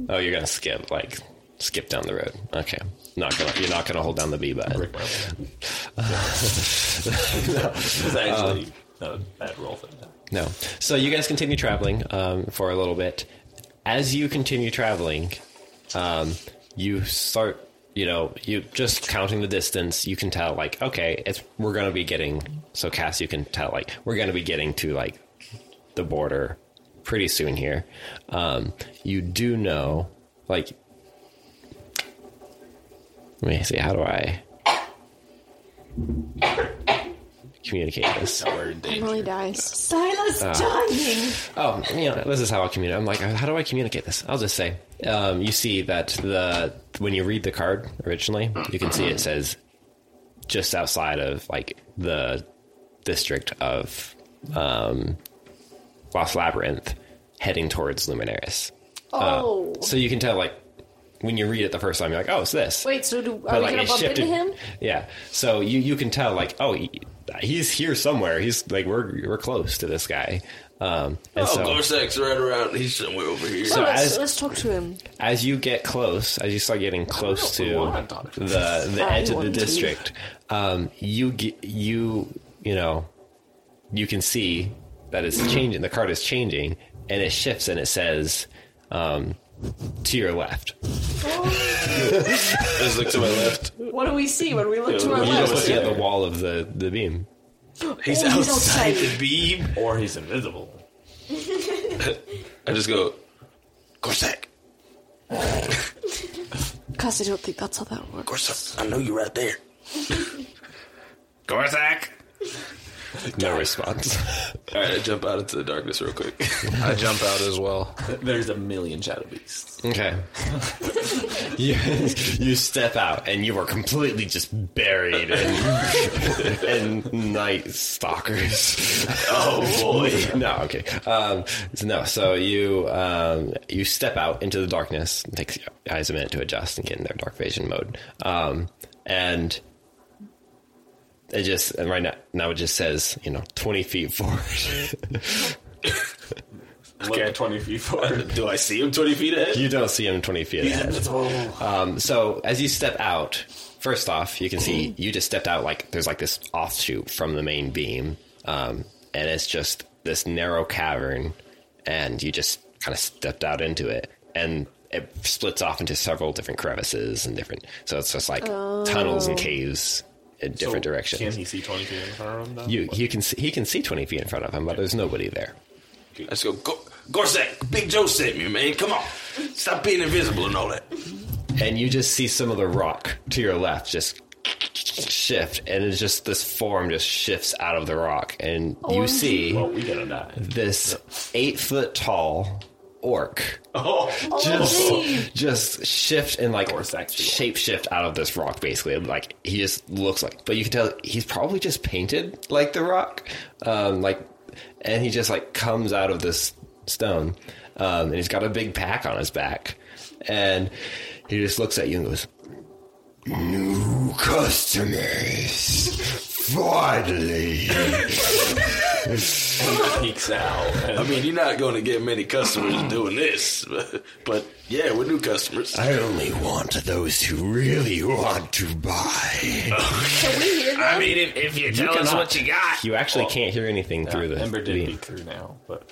A: oh, you're gonna skip like skip down the road. Okay. Not gonna you're not gonna hold down the B button.
E: brick my way. It's actually not a bad roll for that.
A: No. So you guys continue traveling um, for a little bit. As you continue traveling, um, you start, you know, you just counting the distance. You can tell, like, okay, it's we're gonna be getting. So Cass, you can tell, like, we're gonna be getting to like the border pretty soon here. Um, you do know, like, let me see. How do I communicate this?
E: Now we're in danger.
D: Emily dies.
F: Silas
E: Ah.
F: dying.
A: Oh, you know, this is how I communicate. I'm like, how do I communicate this? I'll just say, um, you see that the when you read the card originally, you can see it says just outside of like the district of um, Lost Labyrinth, heading towards Luminaris.
B: Uh,
D: Oh.
A: So you can tell, like, when you read it the first time, you're like, oh, it's this.
D: Wait, so do,
A: But,
D: are we
A: like,
D: gonna
A: it
D: bump
A: shifted-
D: into him?
A: Yeah. So you you can tell like oh he, he's here somewhere. He's like we're we're close to this guy. Um, and
B: Oh,
A: so,
B: Gorsek's right around. He's somewhere over here.
A: So
D: Oh, let's,
A: as-
D: let's talk to him.
A: as you get close, as you start getting close
D: Oh,
A: to
E: we want Donovan.
A: the the
D: I
A: edge of the
D: want to.
A: district, um, you get you you know you can see that it's changing. The card is changing, and it shifts, and it says um, to your left.
B: Just look to my left.
D: What do we see when we look to our
A: You
D: left?
A: just see at the wall of the the beam.
B: He's
D: he's
B: outside the
D: outside.
B: beam.
E: Or he's invisible.
B: I just go, Gorsak,
D: Cause I don't think that's how that works.
B: Gorsak, I know you're right there.
G: Gorzak?
A: No response.
B: All right, I jump out into the darkness real quick.
H: I jump out as well.
E: There's a million shadow beasts.
A: Okay. [laughs] you, you step out, and you are completely just buried in, in [laughs] night stalkers. [laughs] Oh boy! No, okay. Um, so no, so you um, you step out into the darkness. It takes your eyes a minute to adjust and get in their dark vision mode. Um, and it just and right now now it just says you know twenty feet forward. [laughs]
E: Look 20 feet forward.
B: [laughs] Do I see him 20 feet ahead?
A: you don't see him twenty feet ahead. Um, so as you step out, first off, you can see you just stepped out like there's like this offshoot from the main beam, um, and it's just this narrow cavern, and you just kind of stepped out into it, and it splits off into several different crevices and different. So it's just like tunnels and caves in different directions.
E: Can he see 20 feet in front of him, though?
A: you, you can see, he can see twenty feet in front of him, but there's nobody there.
B: I just go, go Gorsak, Big Joe sent me, man. Come on. Stop being invisible and all that.
A: and you just see some of the rock to your left just shift and it's just this form just shifts out of the rock and you see
E: Well, we gotta die.
A: this eight foot tall orc
E: Oh,
A: just just shift and like
E: Or sexual.
A: shape shift out of this rock basically like he just looks like but you can tell he's probably just painted like the rock um like and he just like comes out of this stone um and he's got a big pack on his back and he just looks at you and goes new customers finally
E: peeks out.
B: I mean, you're not going to get many [clears throat] customers doing this, but, but yeah, we're new customers.
A: i only want those who really want to buy
D: Can we hear them?
G: I mean, if, if you tell us
A: cannot.
G: what you got.
A: You actually can't hear anything through the
E: Ember did
A: beam.
E: peek through now, but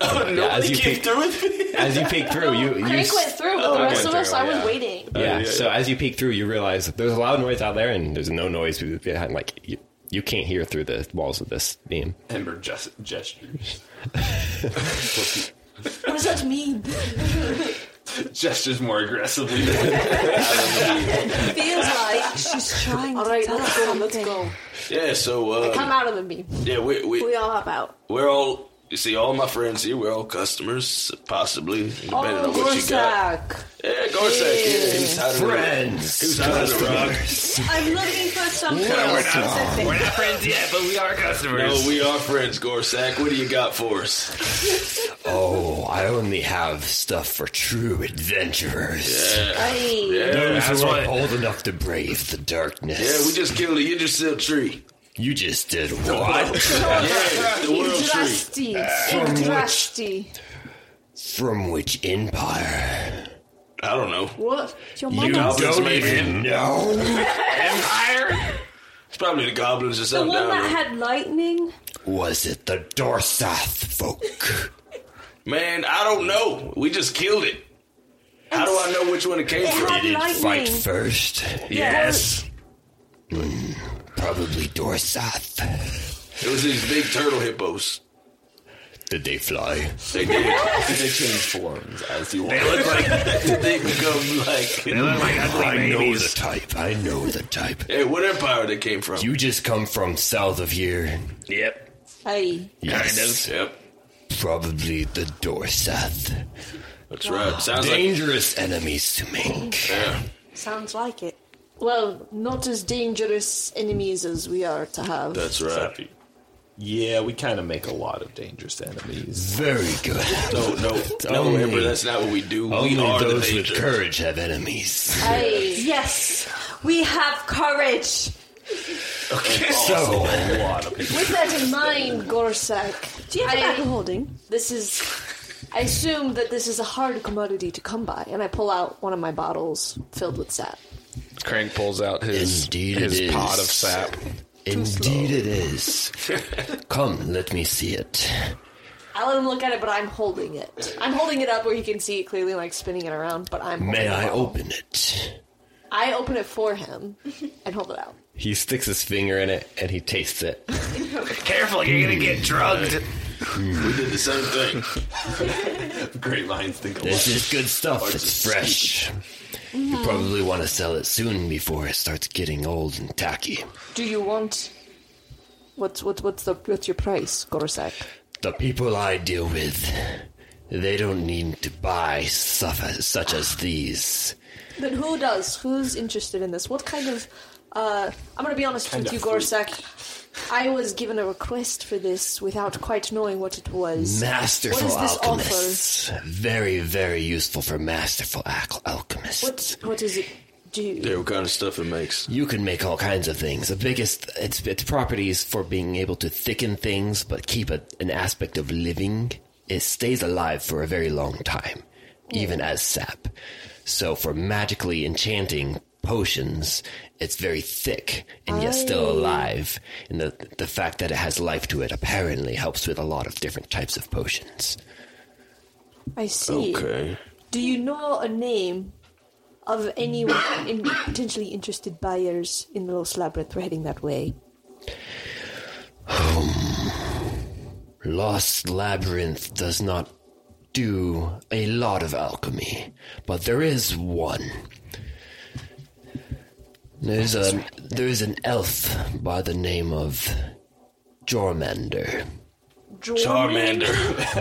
A: yeah, as you
B: Came
A: peek
B: through with me.
A: as you peek through, you you
D: Crank
A: s-
D: went through, but the rest of us, I was waiting.
A: yeah, So as you peek through, you realize that there's a loud noise out there, and there's no noise behind. Like you, you can't hear through the walls of this beam.
E: Ember gest- gestures. [laughs]
D: What does that mean?
E: gestures more aggressively.
D: Feels like. [laughs]
F: She's trying
D: All
F: to
D: right,
F: tell
D: let's
F: us
D: go. Let's
F: something.
D: go.
B: Yeah, so
D: Come
B: uh,
D: out of the beam.
B: yeah, we we
F: We all hop out.
B: we're all you see all my friends here. We're all customers, possibly depending
F: Oh,
B: on what you got. Yeah, Gorsak, yeah, he was hiding around- he was hiding around.
F: I'm looking for something
G: We're
F: specific.
G: not friends yet, but we are customers.
B: No, we are friends, Gorsak. What do you got for us?
A: Oh, I only have stuff for true adventurers.
B: Yeah,
A: Those
G: that's
A: who are
G: what-
A: bold enough to brave the darkness.
B: yeah, we just killed a Yggdrasil tree.
A: you just did what?
B: [laughs] Yeah, the world tree.
D: Drusty.
A: from which-
D: Drusty.
A: From which empire?
B: I don't know.
D: What? Your
A: You
D: mother.
A: don't even know
G: Empire?
B: It's probably the goblins or
F: The
B: something.
F: one
B: I don't know.
F: that had lightning.
A: Was it the Dorsath folk?
B: Man, I don't know. We just killed it. How do I know which one it came
F: It
B: from?
F: had
A: Did it fight
F: lightning.
A: first?
B: Yes.
A: Probably Dorsath.
B: It was these big turtle hippos.
A: Did they fly?
B: They did.
E: they change forms as you
G: They
E: want.
G: look like
B: they become like.
G: they look like ugly
A: I know the
G: babies.
A: type. I know the type.
B: Hey, what empire they came from?
A: You just come from south of here.
G: Yep.
D: Hey.
A: Yes,
B: Yep.
A: probably the Dorsath.
B: That's right. Sounds like.
A: Dangerous enemies to make.
B: Yeah.
F: Sounds like it.
D: Well, not as dangerous enemies as we are to have.
B: That's right.
E: Yeah, we kind of make a lot of dangerous enemies.
A: Very good.
B: No, no, no,
A: only-
B: Amber, that's not what we do.
A: Only
B: we are the
A: those with
B: danger.
A: courage have enemies.
D: Hey.
F: Yes, we have courage.
A: So,
E: A lot of people.
D: With that in mind, Gorsak,
F: Do you have
D: I-
F: apple holding?
D: this is. I assume that this is a hard commodity to come by, and I pull out one of my bottles filled with sap.
H: Crank pulls out his
A: Indeed
H: his
A: it
H: pot
A: is.
H: of sap.
A: indeed it is. Come, let me see it.
D: I let him look at it, but I'm holding it. I'm holding it up where he can see it clearly, like spinning it around. But I'm.
A: May
D: holding the
A: I
D: bottle.
A: open it?
D: I open it for him and
A: [laughs]
D: hold it out.
A: He sticks his finger in it and he tastes it.
G: Careful, you're gonna get drugged.
B: We did the same thing.
E: Great minds think alike.
A: This is good stuff. It's fresh. You probably want to sell it soon before it starts getting old and tacky.
D: Do you want? What's what's what's the what's your price, Gorsak?
A: The people I deal with, they don't need to buy stuff as, such as these.
D: Then who does? Who's interested in this? What kind of? Uh, I'm gonna be honest with you, Gorsak. I was given a request for this without quite knowing what it was.
A: Masterful
D: What is this
A: alchemists. Very, very useful for masterful al- alchemists.
D: What what is it? Do
B: Yeah, what kind of stuff it makes?
A: You can make all kinds of things. The biggest its its properties for being able to thicken things but keep a, an aspect of living. It stays alive for a very long time, even as sap. So for magically enchanting potions, it's very thick and yet still alive. And the the fact that it has life to it apparently helps with a lot of different types of potions.
D: I see. Do you know a name of any [coughs] in potentially interested buyers in the Los Labyrinth? We're heading that way.
A: Lost Labyrinth does not do a lot of alchemy, but there is one. There's a there's an elf by the name of Jormander.
B: Charmander.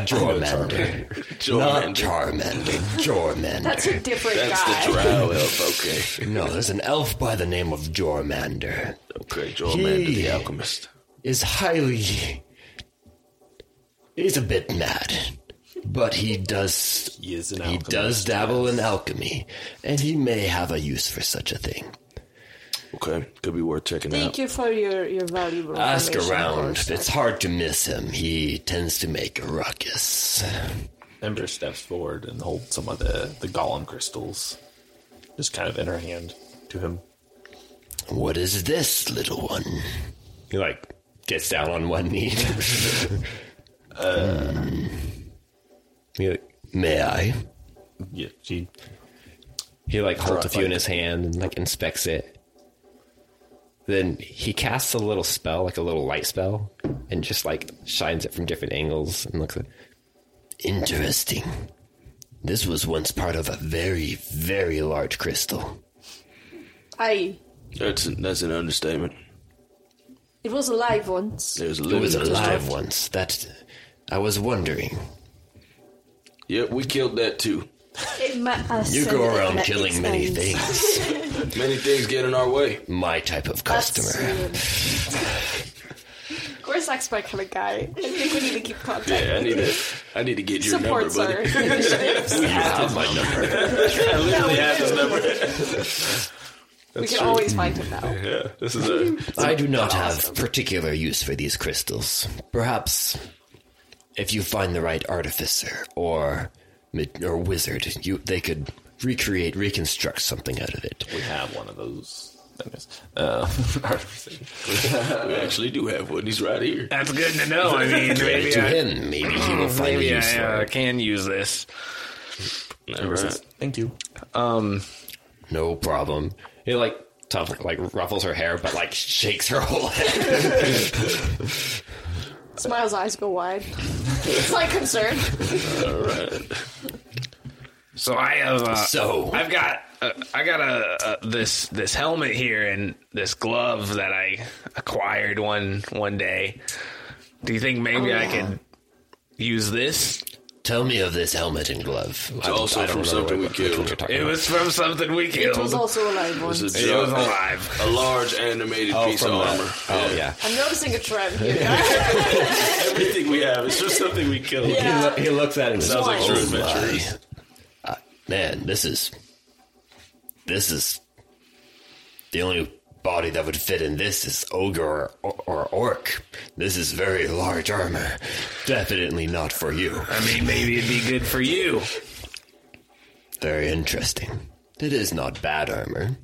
A: Jormander. Not
B: Charmander.
A: Charmander. Jormander.
D: That's a different
B: That's
D: guy.
B: the drow elf. Okay.
A: No, there's an elf by the name of Jormander.
B: Okay, Charmander
A: He-
B: the alchemist.
A: is highly. He's a bit mad, but he does.
E: He is an
A: He
E: alchemist,
A: does dabble in alchemy, and he may have a use for such a thing.
B: Okay, could be worth checking
D: Thank
B: out.
D: you for your, your valuable
A: Ask
D: information,
A: around.
D: Gorsak.
A: It's hard to miss him. He tends to make a ruckus.
E: Ember steps forward and holds some of the, the golem crystals just kind of in her hand to him.
A: What is this, little one?
H: He like
A: [laughs] Gets down on one knee. He like, Um, May I?
E: Yeah, she
A: He like holds a
E: Right,
A: few in
E: like-
A: his hand and like inspects it. Then he casts a little spell, like a little light spell, and just like shines it from different angles and looks at. Interesting. This was once part of a very, very large crystal.
D: I.
B: That's an, that's an understatement.
D: It was alive once.
B: There's a
A: It
B: little
A: was
B: bit of-
A: alive once. That I was wondering.
B: Yeah, we killed that too.
F: It might us
A: You
F: so
A: go
F: that
A: around
F: that
A: killing many
F: explains.
A: things.
B: Many things get in our way.
A: My type of customer.
D: We're sex by kind of guy. I think we need to keep contact.
B: Yeah, I need to. I need to get your
D: Supports
B: number, [laughs]
D: our
A: [laughs]
B: buddy.
D: [laughs] initiatives.
A: You have my number.
B: I literally have his
A: [laughs]
B: number.
D: we can always find him now.
B: Yeah, this is a.
A: I do not have particular use for these crystals. Perhaps if you find the right artificer or mid- or wizard, you they could recreate, reconstruct something out of it.
E: we have one of those. Anyways, Uh,
B: We actually do have one. He's right here.
G: That's good to know. [laughs] I mean, maybe
A: to
G: I,
A: him, maybe he
F: Oh,
A: will find
G: maybe
A: a use
G: I
A: for
G: uh,
A: it.
G: can use this.
B: All right.
E: Thank you.
A: No problem. It like tough, like ruffles her hair, but like shakes her whole [laughs] head.
D: Smile's eyes go wide. It's
A: [laughs]
D: like concern.
G: So I have. Uh,
A: So-
G: I've got. Uh, I got a, a this this helmet here and this glove that I acquired one one day. Do you think
F: Oh,
G: maybe I could use this?
A: Tell me of this helmet and glove. I don't-
B: also
A: I don't
B: from
A: remember what-
B: something we
A: which
B: killed.
A: one you're talking
G: It
A: about.
G: was from something we killed.
D: It was also alive once.
B: It's a,
G: It was
B: giant-
G: alive.
B: a large animated piece of
A: from that. [laughs]
B: armor.
A: Oh yeah.
D: I'm noticing a trend here. guys.
B: Everything we have is just something we
A: [laughs]
B: killed.
A: He, lo-
D: [laughs]
A: he looks at him.
B: Sounds like true
A: Oh, my.
B: adventures.
A: Man, this is this is the only body that would fit in this is ogre or, or orc. This is very large armor. Definitely not for you.
G: I mean, maybe it'd be good for you.
A: Very interesting. It is not bad armor.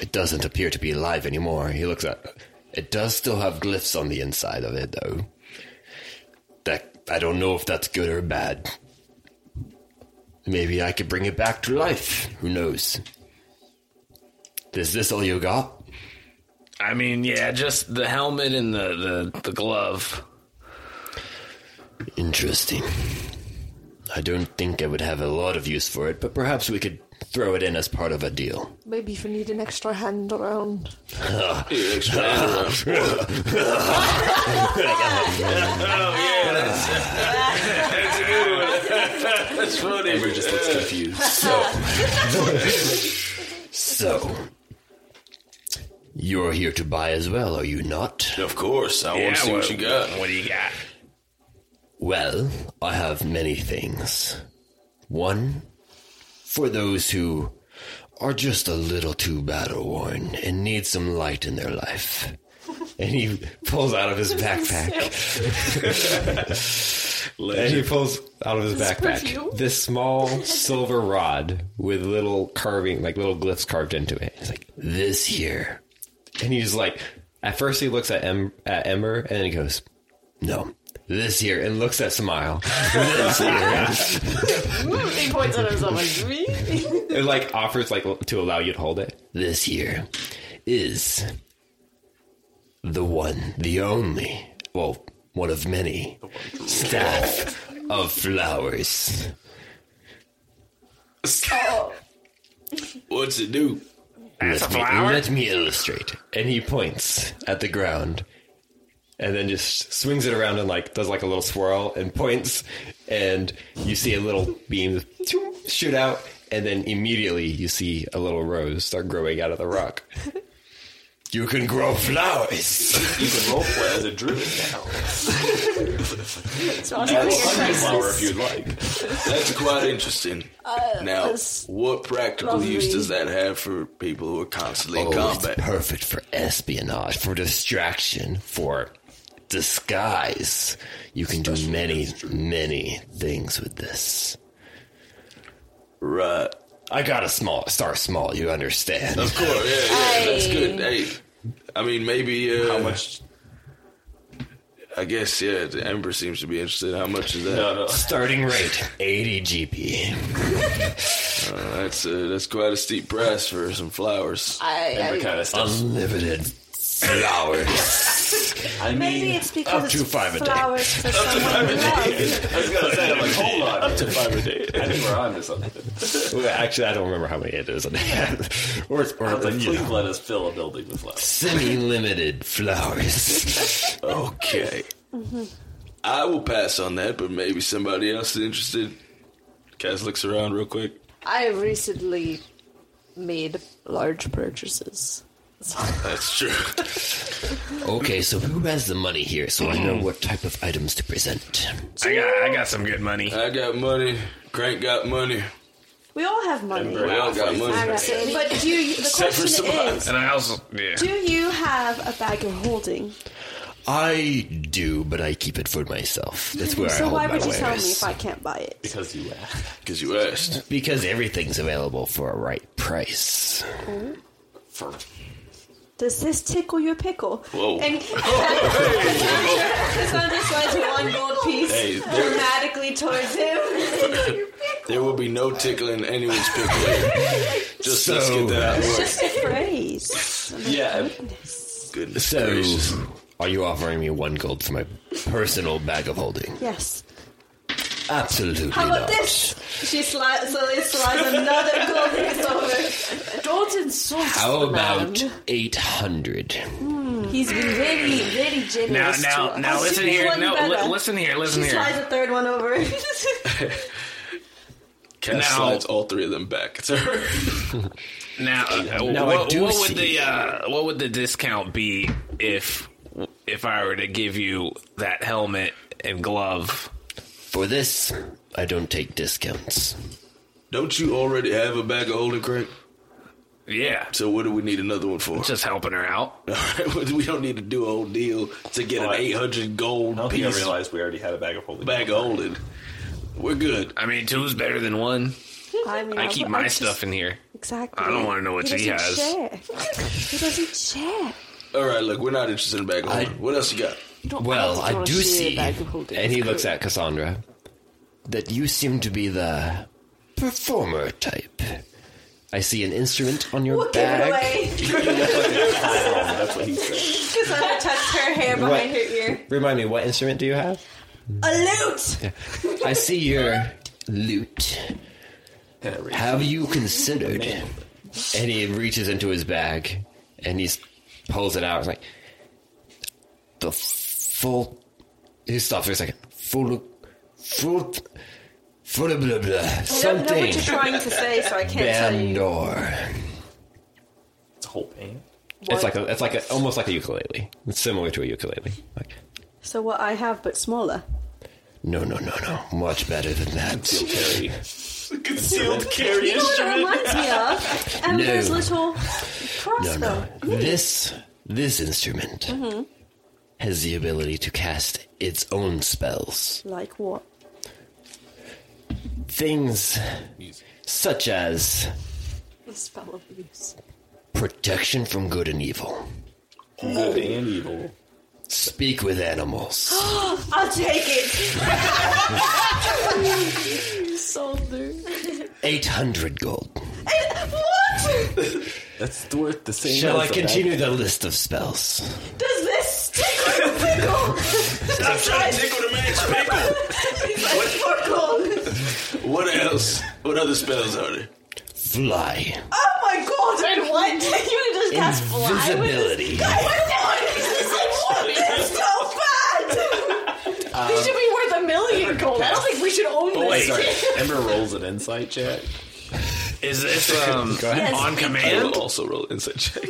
A: It doesn't appear to be alive anymore. He looks at. It does still have glyphs on the inside of it, though. That I don't know if that's good or bad. Maybe I could bring it back to life. Who knows? Is this all you got?
G: I mean, yeah, just the helmet and the the, the glove.
A: Interesting. I don't think I would have a lot of use for it, but perhaps we could throw it in as part of a deal.
D: Maybe if you need an extra hand around.
B: Yeah, extra hand around. That's funny. Everybody just looks confused.
A: So, you're here to buy as well, are you not?
B: Of course, I
G: Yeah,
B: want to see what you got.
G: What do you got?
A: Well, I have many things. One, for those who are just a little too battle worn and need some light in their life. And he pulls out of his backpack. and he pulls out of his backpack this small silver rod with little carving, like little glyphs carved into it. He's like, this here. And he's like, at first he looks at, em- at Ember and then he goes, no, this here, and looks at Smile. This here.
D: He points at himself like, me?
A: It like offers like to allow you to hold it. This here is the one, the only, well, one of many staff of flowers.
B: What's it do?
G: That's a
A: let, me,
G: flower.
A: let me illustrate. And he points at the ground and then just swings it around and like does like a little swirl and points and you see a little beam choom, shoot out and then immediately you see a little rose start growing out of the
G: [laughs]
A: rock. You can grow flowers.
E: You can roll for it as a druid now.
D: So I'm having a
E: Flower if
D: crisis.
E: you'd like.
B: That's quite interesting. now, what practical
D: lovely.
B: use does that have for people who are constantly in
A: Oh, it's
B: combat?
A: perfect for espionage, for distraction, for disguise. You can do many, many things with this.
B: Right.
A: I got a small start small, you understand.
B: Of course, yeah, yeah, that's good. Hey, I mean, maybe uh,
E: How much?
B: I guess yeah. The Ember seems to be interested. How much is that?
A: Starting rate 80 GP.
B: Uh, that's uh, that's quite a steep price for some flowers.
E: Ember
D: I,
E: kind of stuff.
A: Unlimited flowers.
E: I mean,
F: Maybe it's because
A: up to
F: it's
A: five a day.
F: flowers for someone you love.
E: I was gonna say, I'm like, hold on, up to five a day. I think we're on to something.
A: Well, actually, I don't remember how many it is. or it's or,
E: I was like,
A: you
E: please
A: know,
E: let us fill a building with flowers.
A: semi-limited flowers.
B: Okay. I will pass on that, but maybe somebody else is interested. Kaz looks around real quick.
D: I recently made large purchases.
B: That's true.
A: okay, so who has the money here so I know what type of items to present?
G: I got I got some good
B: [laughs]
G: money.
B: I got money. Crank got money.
F: We all have money.
B: We all got
F: All
B: money.
F: right. But do you, the question is,
G: And I also yeah.
F: do you have a bag of holding?
A: I do, but I keep it for myself. That's where I
F: So
A: hold
F: why
A: my
F: would you tell me
A: wares.
F: if I can't buy it?
E: Because you laugh.
B: Because you asked.
A: Because everything's available for a right price.
F: Does this tickle your pickle?
B: Whoa.
A: [laughs]
F: And [laughs] this one just slides one gold piece
B: Hey, there-
F: dramatically towards him.
B: There will be no tickling anyone's pickle. Just let's
A: So-
B: get that out of the way.
F: Just a phrase.
E: Yeah,
B: Goodness
A: So,
B: gracious.
A: are you offering me one gold for my personal bag of holding?
F: Yes.
A: Absolutely
F: How about
A: not.
F: this? She slides, slowly slides another gold piece over.
D: Don't insult
A: How
D: them,
A: about
D: Adam.
A: 800?
F: He's been really, really
G: Now,
F: generous. to
G: now,
F: us.
G: now,
F: I'll
G: listen
F: do
G: here.
F: one
G: No,
F: better.
G: li- listen here.
F: She
G: Listen
F: slides
G: here.
F: a third one over. [laughs]
B: Kaz
G: now-
B: slides all three of them back. It's her.
G: Now, uh,
A: Now I
G: what,
A: do
G: what would
A: see-
G: the uh, what would the discount be if if I were to give you that helmet and glove?
A: For this, I don't take discounts.
B: Don't you already have a bag of holding crank?
G: Yeah,
B: So what do we need another one for?
G: just helping her out.
B: [laughs] we don't need to do a whole deal to get an
E: Alright.
B: 800
E: I don't
B: gold
E: think I
B: piece
E: realized we already had a bag of holding.
B: bag of holding. We're good.
G: I mean, two's better than one.
F: I, mean,
G: I keep
F: would-
G: my
F: just-
G: stuff in here.
F: Exactly.
G: I don't wanna know what he
F: doesn't
G: has.
F: Share. he doesn't share.
B: All right, look, we're not interested in a bag of
A: I-
B: holding. what else you got?
A: Well, I
D: wanna
A: do
D: see a
A: see,
D: bag of holding.
A: and he looks at Cassandra, that you seem to be the performer type. I see an instrument on your
F: We'll give it
A: bag.
F: away.
E: That's what he said.
F: Because I touched her hair behind her ear.
A: Remind me, what instrument do you have?
F: A loot!
A: I see your lute. Have you considered? And he reaches into his bag and he pulls it out. It's like the full. He stops for a second. Full, full, full of blah blah.
F: I don't know what
A: Something.
F: you're trying to say, so I can't tell you.
A: Bandor.
E: It's a whole pain.
A: It's like a, it's like a, almost like a ukulele. It's similar to a ukulele. Like,
F: So what I have, but smaller.
A: no, no, no, no. Much better than that.
E: Carry.
B: Concealed carry
F: You know what it reminds me of? Ember's little
A: No,
F: crossbow.
A: no. This this instrument has the ability to cast its own spells.
F: Like what?
A: Things such as
D: The spell of abuse.
A: protection from good and evil.
E: Good and evil.
A: Speak with animals.
F: I'll take it. [laughs]
D: Soldier.
A: 800 gold.
F: What?
E: That's worth the same.
A: Shall I
E: as the bag.
A: continue the list of spells?
F: Does this tickle your pickle?
B: I'm trying to tickle the man's pickle.
F: What? gold.
B: What else? What other spells are there?
A: Fly.
F: Oh my god,
D: [laughs]
F: and what? [laughs] You would've just cast fly with this?
A: Invisibility.
F: I would not! This is what? This is so bad!
A: [laughs]
D: This should be worth a million gold. I don't think we should own
E: Wait,
D: this.
F: [laughs]
E: sorry. Ember rolls an insight check.
A: [laughs]
G: Is this um,
F: Yes.
G: on
B: I
G: command?
B: will also roll an insight check.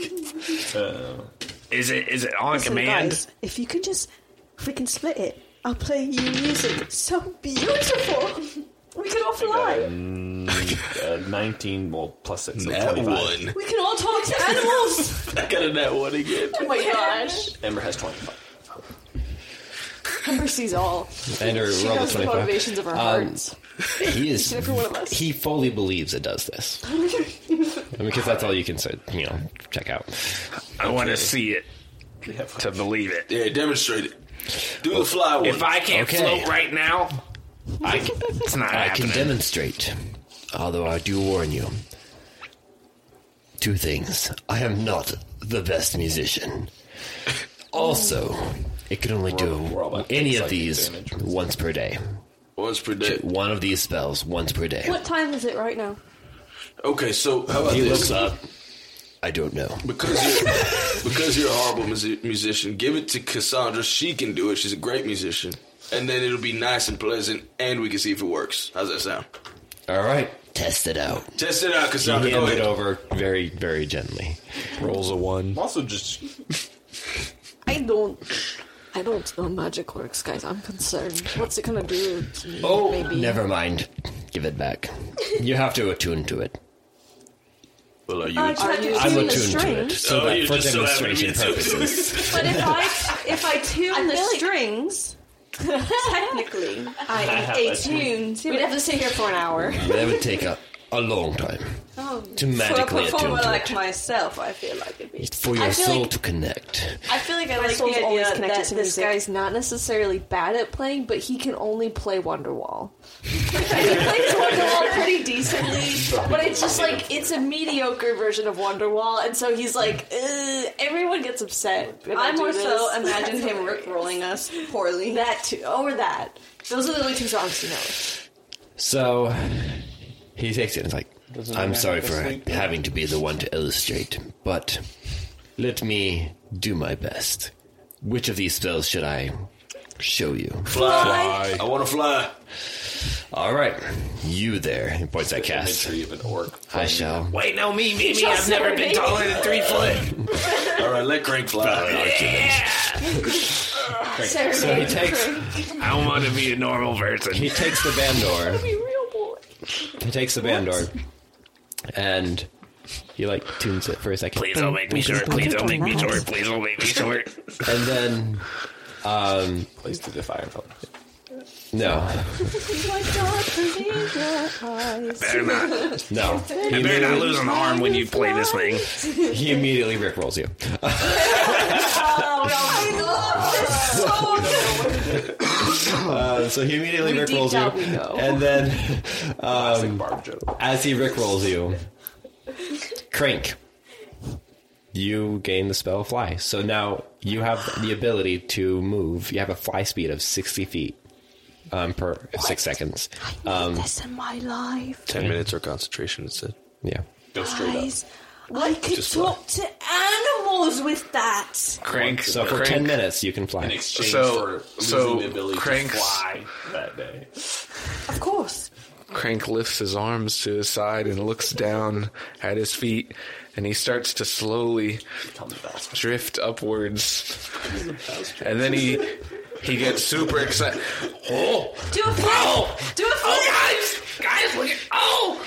E: Uh,
G: Is it is it on
F: Listen,
G: command?
F: guys, if you can just freaking split it, I'll play you
D: Oh
F: music so beautiful. We can all fly.
E: uh, 19, well, plus 6, so
B: That
E: 25.
B: one.
F: We can all talk to
D: [laughs]
F: animals.
B: I got a nat one again.
D: Oh my gosh.
E: Ember has 25.
D: Amber sees all.
A: And her
D: She
A: roll
D: knows
A: the
D: the
A: 25.
D: motivations of our hearts.
A: Um, He is.
D: every one of us.
A: He fully believes it does this. because that's all you can say, you know, check out.
G: I want to see it to believe it.
B: Yeah, demonstrate it. Do the fly one.
G: If I can't
A: Okay.
G: float right now, I c- it's not
A: I can
G: happening.
A: demonstrate, although I do warn you. Two things. I am not the best
B: [laughs]
A: musician. Also, it can only do any of these once per day.
B: Once per day.
A: One of these spells once per day.
D: What time is it right now?
B: Okay, so how about
A: He looks
B: this?
A: up. I don't know.
B: Because [laughs] you're because you're a horrible musi- musician, give it to Cassandra. She can do it. She's a great musician, and then it'll be nice and pleasant, and we can see if it works. How's that sound?
A: All right, test it out.
B: Test it out,
A: He
B: Cassandra. Go
A: hands it
B: ahead.
A: over very, very gently.
H: Rolls a one.
E: also just
D: I don't. I don't know magic works, guys. I'm concerned. What's it gonna do to me?
A: Oh,
D: maybe.
A: never mind. Give it back. You have to attune to it.
B: Well, are you?
F: I just had to
D: you-
A: I'm
F: tune the
A: attuned to
F: string.
A: it, so
B: Oh,
A: that
B: you're
A: for
B: just so happy to
A: demonstration
B: be
A: purposes.
F: But if I if I tune the
D: feel like- [laughs]
F: strings, technically I am attuned.
D: We'd have to sit here for an hour.
A: that would take a, a long time to
F: Oh, For a
A: magically attune
F: performer
A: to
F: like
A: it.
F: myself, I feel like it'd be.
A: For your
D: I feel
A: soul
D: like-
A: to connect.
F: I feel like I
D: My
F: like
D: soul's
F: the
D: always
F: idea
D: connected
F: that
D: to
F: this
D: this
F: guy's
D: guy's not necessarily bad at playing, but he can only play Wonderwall. he plays Wonderwall [laughs]
A: [laughs]
D: pretty decently, but it's just like it's a mediocre version of Wonderwall, and so he's like, "Ugh," everyone gets upset. if
F: I
D: do
F: more so
D: this.
F: imagine
D: [laughs]
F: him rickrolling us poorly.
D: that too, or that. Those are the only two songs he knows.
A: So he takes it and is like, I'm sorry for having to be the one to illustrate, but let me do my best. Which of these spells should I show you?
B: fly. I want to fly.
A: All right, you there. He points at Cass.
E: of an orc.
A: I shall.
G: Wait, no, me, me, me. I've never been taller than three foot.
B: All right, let Crank fly.
A: So he takes
G: I don't want to be a normal person.
A: he takes the bandor. He takes the bandor, and he like tunes it for a second.
G: Please don't make me short. Please don't make me short. Please don't [laughs] make me short.
A: and then um,
E: Place to defy fire.
A: no,
D: [laughs]
G: Better not.
A: no.
G: You better not lose an arm when you play this thing.
A: He immediately rickrolls you.
F: Oh,
A: Uh, so he immediately
D: We deep
A: rickrolls
D: down we
A: you,
D: know.
A: and then
E: Classic barb joke.
A: as he rickrolls you, crank. You gain the spell fly. So now you have the ability to move. You have a fly speed of sixty feet um, per six seconds.
F: this in my life,
B: Ten minutes or concentration. It said.
A: Yeah.
E: Go straight up.
F: guys. I could talk to animals with that.
G: Crank.
A: So for
G: crank.
A: ten minutes you can
E: In
A: fly.
E: exchange
G: So-
E: for
G: so
E: losing the ability
G: Crank's-
E: to fly that day.
F: Of course.
H: Crank lifts his arms to his side and looks down at his feet, and he starts to slowly
E: Become the best.
H: drift upwards. And then he he gets super excited. Oh,
F: Do a flip. Do a flip.
G: oh,
A: Oh,
G: Guys, look at. Oh!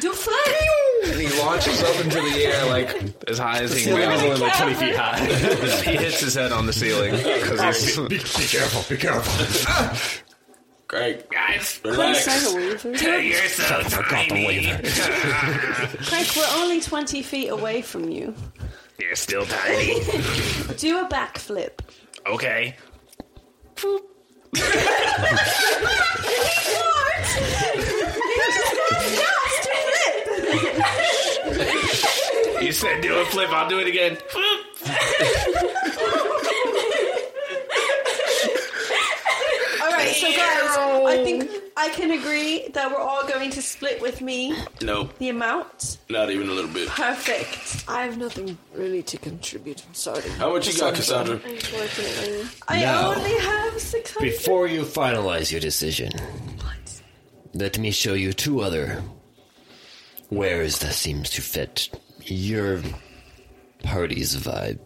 F: Do a flip.
H: and he launches up into the air like as high as he
A: Ceiling is
H: can.
A: only like twenty feet high.
H: He hits his head on the ceiling because he's
G: [laughs]
B: Crank,
G: Guys,
B: relax.
G: you're so tiny.
F: Craig, we're only 20 feet away from you.
G: You're still tiny.
F: Do a backflip.
G: Okay. You said do a flip. I'll do it again.
F: All right, so guys, I think I can agree that we're all going to split with me
B: No,
F: the amount.
B: not even a little bit.
F: Perfect.
D: I have nothing really to contribute. I'm sorry.
B: How much you got, Cassandra?
D: Unfortunately,
F: I
A: Now.
F: only have 600.
A: Before you finalize your decision, let me show you two other wares that seems to fit your party's vibe.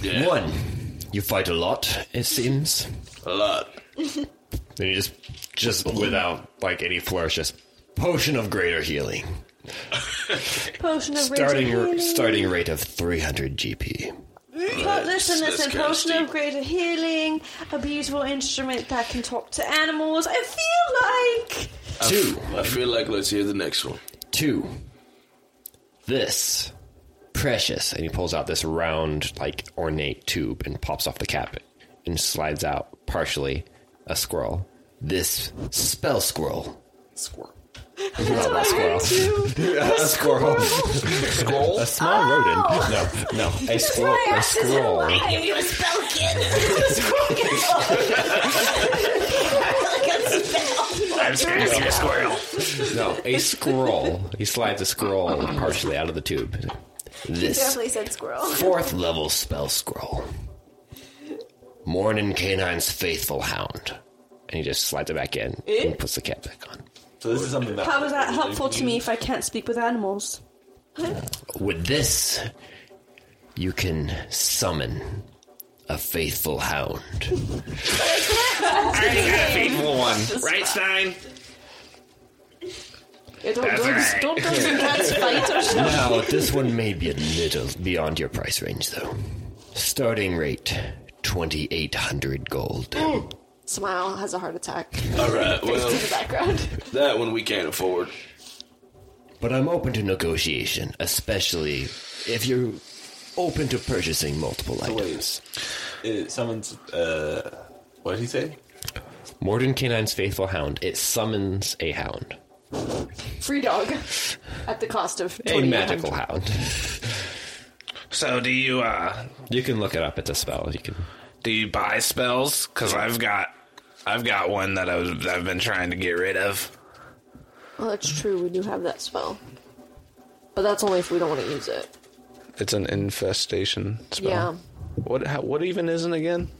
B: Yeah.
A: One, you fight a lot, it seems.
B: A lot.
A: Then you just, just without like any flourish, just potion of greater healing,
F: Potion of Rage
A: starting
F: healing.
A: starting rate of 300 GP.
F: But listen,
B: That's-
F: listen,
B: that's kinda
F: potion
B: steep.
F: of greater healing, a beautiful instrument that can talk to animals. I feel like
A: Two.
B: I feel like let's hear the next one.
A: Two. This precious. And he pulls out this round, like ornate tube and pops off the cap and slides out partially a squirrel. This spell squirrel.
E: Squirrel.
A: Not a squirrel. a squirrel.
E: Scroll? A small rodent. No.
A: No, a squirrel. A squirrel.
D: you a spell kid.
F: [laughs]
D: Squirrel [laughs] kid. [laughs] like a spell.
G: I'm scared to see a squirrel.
A: No, a squirrel. He slides a squirrel partially out of the tube. This
F: Definitely said squirrel.
A: fourth level spell scroll. Morning Canine's faithful hound. And he just slides it back in and puts the cap back on.
E: So this is something that.
F: How is that uh, helpful to me if I can't speak with animals?
A: With this, you can summon a faithful hound.
G: I already got a faithful one. Right, Stein?
C: Yeah, don't,
G: That's
C: don't, don't
A: [laughs]
F: [laughs]
G: right.
C: dogs and cats fight or something?
A: Now, this one may be a little beyond your price range, though. Starting rate 2,800 gold.
D: Smile has a heart attack.
B: All right, well,
D: In the background. [laughs]
B: that one we can't afford.
A: But I'm open to negotiation, especially if you're open to purchasing multiple items.
E: It summons. Uh, what did he say?
A: Morden Canine's Faithful Hound. It summons a hound.
D: Free dog. At the cost of
A: A
D: 28.
A: magical hound. [laughs]
G: So do you, uh,
A: You can look it up. It's a spell. You can.
G: do you buy spells? Because I've got, I've got one that I was, I've been trying to get rid of.
D: Well, that's true. We do have that spell. But that's only if we don't want to use it.
H: It's an infestation spell.
D: Yeah.
H: What? How, what even isn't again?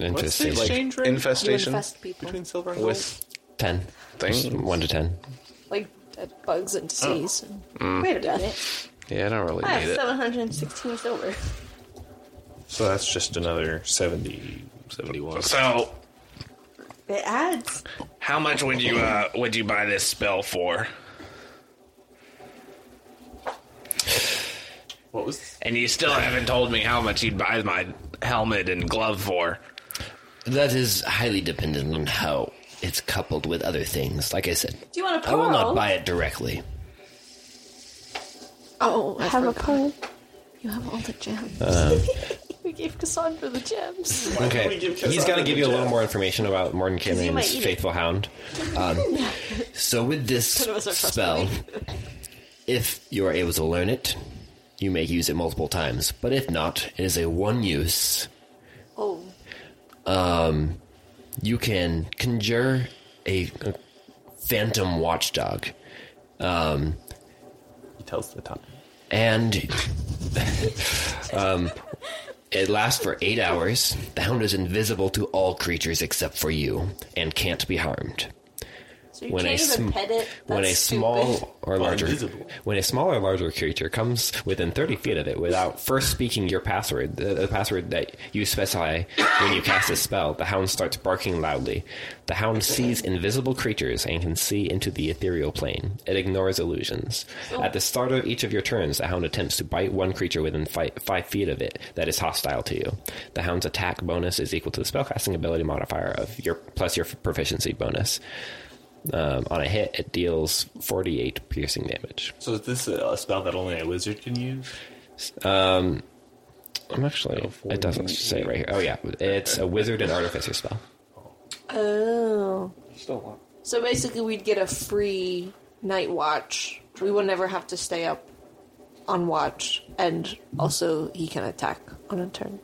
A: Interesting.
E: like-
A: Like
E: exchange
D: You
H: Infestation
D: infest people.
E: Between silver and
H: with
A: ten.
H: things.
A: One to ten.
D: Like uh, bugs and
A: Oh.
D: disease. and-
A: Mm.
F: Wait a minute.
H: Yeah, I don't really
F: I
H: need
F: have
H: it.
F: 716 silver.
E: gold? So that's just another 70.
B: 71.
G: So
F: It adds.
G: how much would you, uh, would you buy this spell for?
E: What was.
G: And you still haven't told me how much you'd buy my helmet and glove for.
A: That is highly dependent on how it's coupled with other things. Like I said,
F: Do you want a
A: I
F: pearl?
A: will not buy it directly.
D: Oh, I
F: Have a
D: forgot.
F: pearl.
D: You have all the gems.
A: Uh.
D: [laughs]
C: We gave Cassandra the gems.
A: Okay, he's going to give you a little more information about Morden
F: might
A: Canine's
F: eat it.
A: Faithful Hound. Um, so with this
C: us are
A: spell, if you are able to learn it, you may use it multiple times. But if not, it is a one use. Um,
D: Oh.
A: You can conjure a, a phantom watchdog, Um,
E: He tells the time.
A: and um, it lasts for eight hours. The hound is invisible to all creatures except for you and can't be harmed.
D: So you
A: when
D: can't
A: a
D: even
A: sm-
D: pet it.
A: when
D: That's
A: a small
D: stupid.
A: or larger
E: invisible.
A: when a small or larger creature comes within 30 feet of it without first speaking your password the, the password that you specify when you cast a spell the hound starts barking loudly the hound sees invisible creatures and can see into the ethereal plane it ignores illusions at the start of each of your turns the hound attempts to bite one creature within fi- 5 feet of it that is hostile to you the hound's attack bonus is equal to the spellcasting ability modifier of your plus your proficiency bonus um, on a hit, it deals 48 piercing damage.
E: So is this a, a spell that only a wizard can use?
A: Um, I'm actually. It doesn't say it right here. Oh, yeah. It's a wizard and artificer spell.
D: Oh. So basically, we'd get a free night watch. We would never have to stay up on watch, and also he can attack on a turn,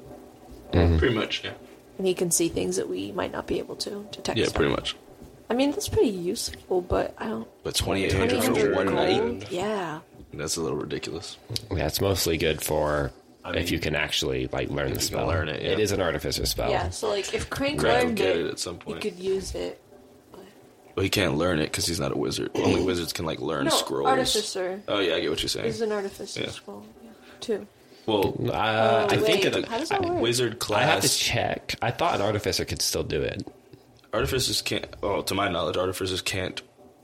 B: Pretty much, yeah.
D: and he can see things that we might not be able to detect.
B: Yeah,
D: stuff.
B: pretty much.
D: I mean, that's pretty useful, but I don't.
B: But 2,800 for
D: 800
B: one
D: gold?
B: night?
D: Yeah.
B: That's a little ridiculous.
A: Yeah, it's mostly good for if you can actually like learn the spell.
B: learn it, yeah.
A: It is an artificer spell.
D: Yeah. So like, if Crank
B: Right,
D: learned
B: get it
D: it,
B: at some point.
D: he could use it.
B: Well, he can't learn it because he's not a wizard. Only wizards can, like, learn
D: Mm. No,
B: scrolls.
D: artificer
B: Oh, yeah, I get what you're saying.
D: is an artificer
B: Yeah.
D: scroll. Yeah, too.
B: Well,
A: Uh,
B: I think
D: wait,
B: in
D: how does
B: a
D: that work?
B: wizard
A: I have to
B: class,
A: check. I thought an artificer could still do it.
B: artificers can't. Oh, to my knowledge, artificers can't.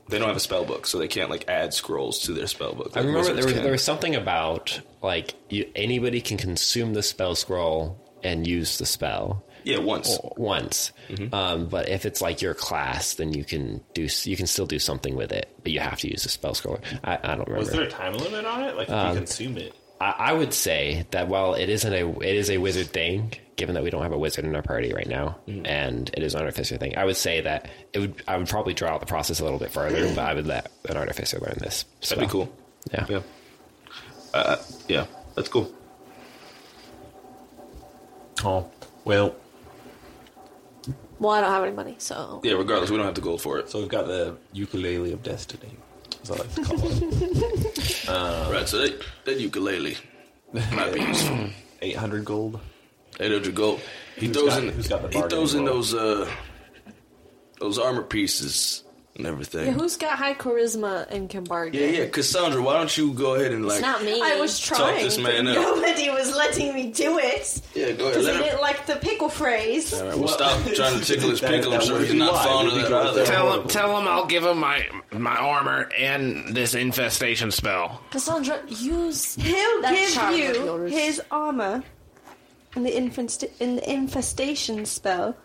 B: They don't have a spell book, so they can't like add scrolls to their spell book.
A: I
B: like
A: remember
B: wizards
A: there was,
B: can.
A: there was something about like you, anybody can consume the spell scroll and use the spell.
B: yeah, once.
A: Oh, once. Um, but if it's like your class, then you can do you can still do something with it, but you have to use the spell scroller. I, I don't remember. Um,
E: Was there a time limit on it? Like, if you consume it.
A: I, I would say that while it isn't a it is a wizard thing, given that we don't have a wizard in our party right now, and it is an artificer thing, I would say that it would I would probably draw out the process a little bit further, but I would let an artificer learn this. So,
B: That'd be cool.
A: Yeah.
B: Yeah. Uh, yeah, that's cool.
E: Oh, well,
D: Well, I don't have any money, so
B: Yeah, regardless, we don't have the gold for it.
E: so we've got the ukulele of destiny. As I like to call it.
B: [laughs]
E: Um,
B: right, so that, that ukulele might be useful.
E: 800 gold.
B: 800 gold. He throws
E: got-
B: in,
E: who's got the
B: he throws in
E: bargaining roll?
B: those, uh, those armor pieces and everything.
D: Yeah, who's got high charisma and can bargain?
B: Yeah, yeah, Cassandra, why don't you go ahead and like
D: It's not me.
F: I was
B: talk
F: trying.
B: this man up?
F: Nobody was letting me do it
B: Yeah, go ahead.
F: because I
B: Let him.
F: didn't like the pickle phrase.
B: All right, we'll stop trying
E: [laughs]
B: to tickle his
E: That-
B: pickle. I'm
E: that
B: sure
E: would
B: he's
E: be
B: not
E: why.
B: fond
E: We'd
B: of
E: be
B: that
E: going
B: either.
E: there.
G: Tell him, tell him I'll give him my my armor and this infestation spell.
D: Cassandra, use
F: He'll
D: That charm
F: give
D: of
F: you
D: yours.
F: his armor and the, infest- in the infestation spell.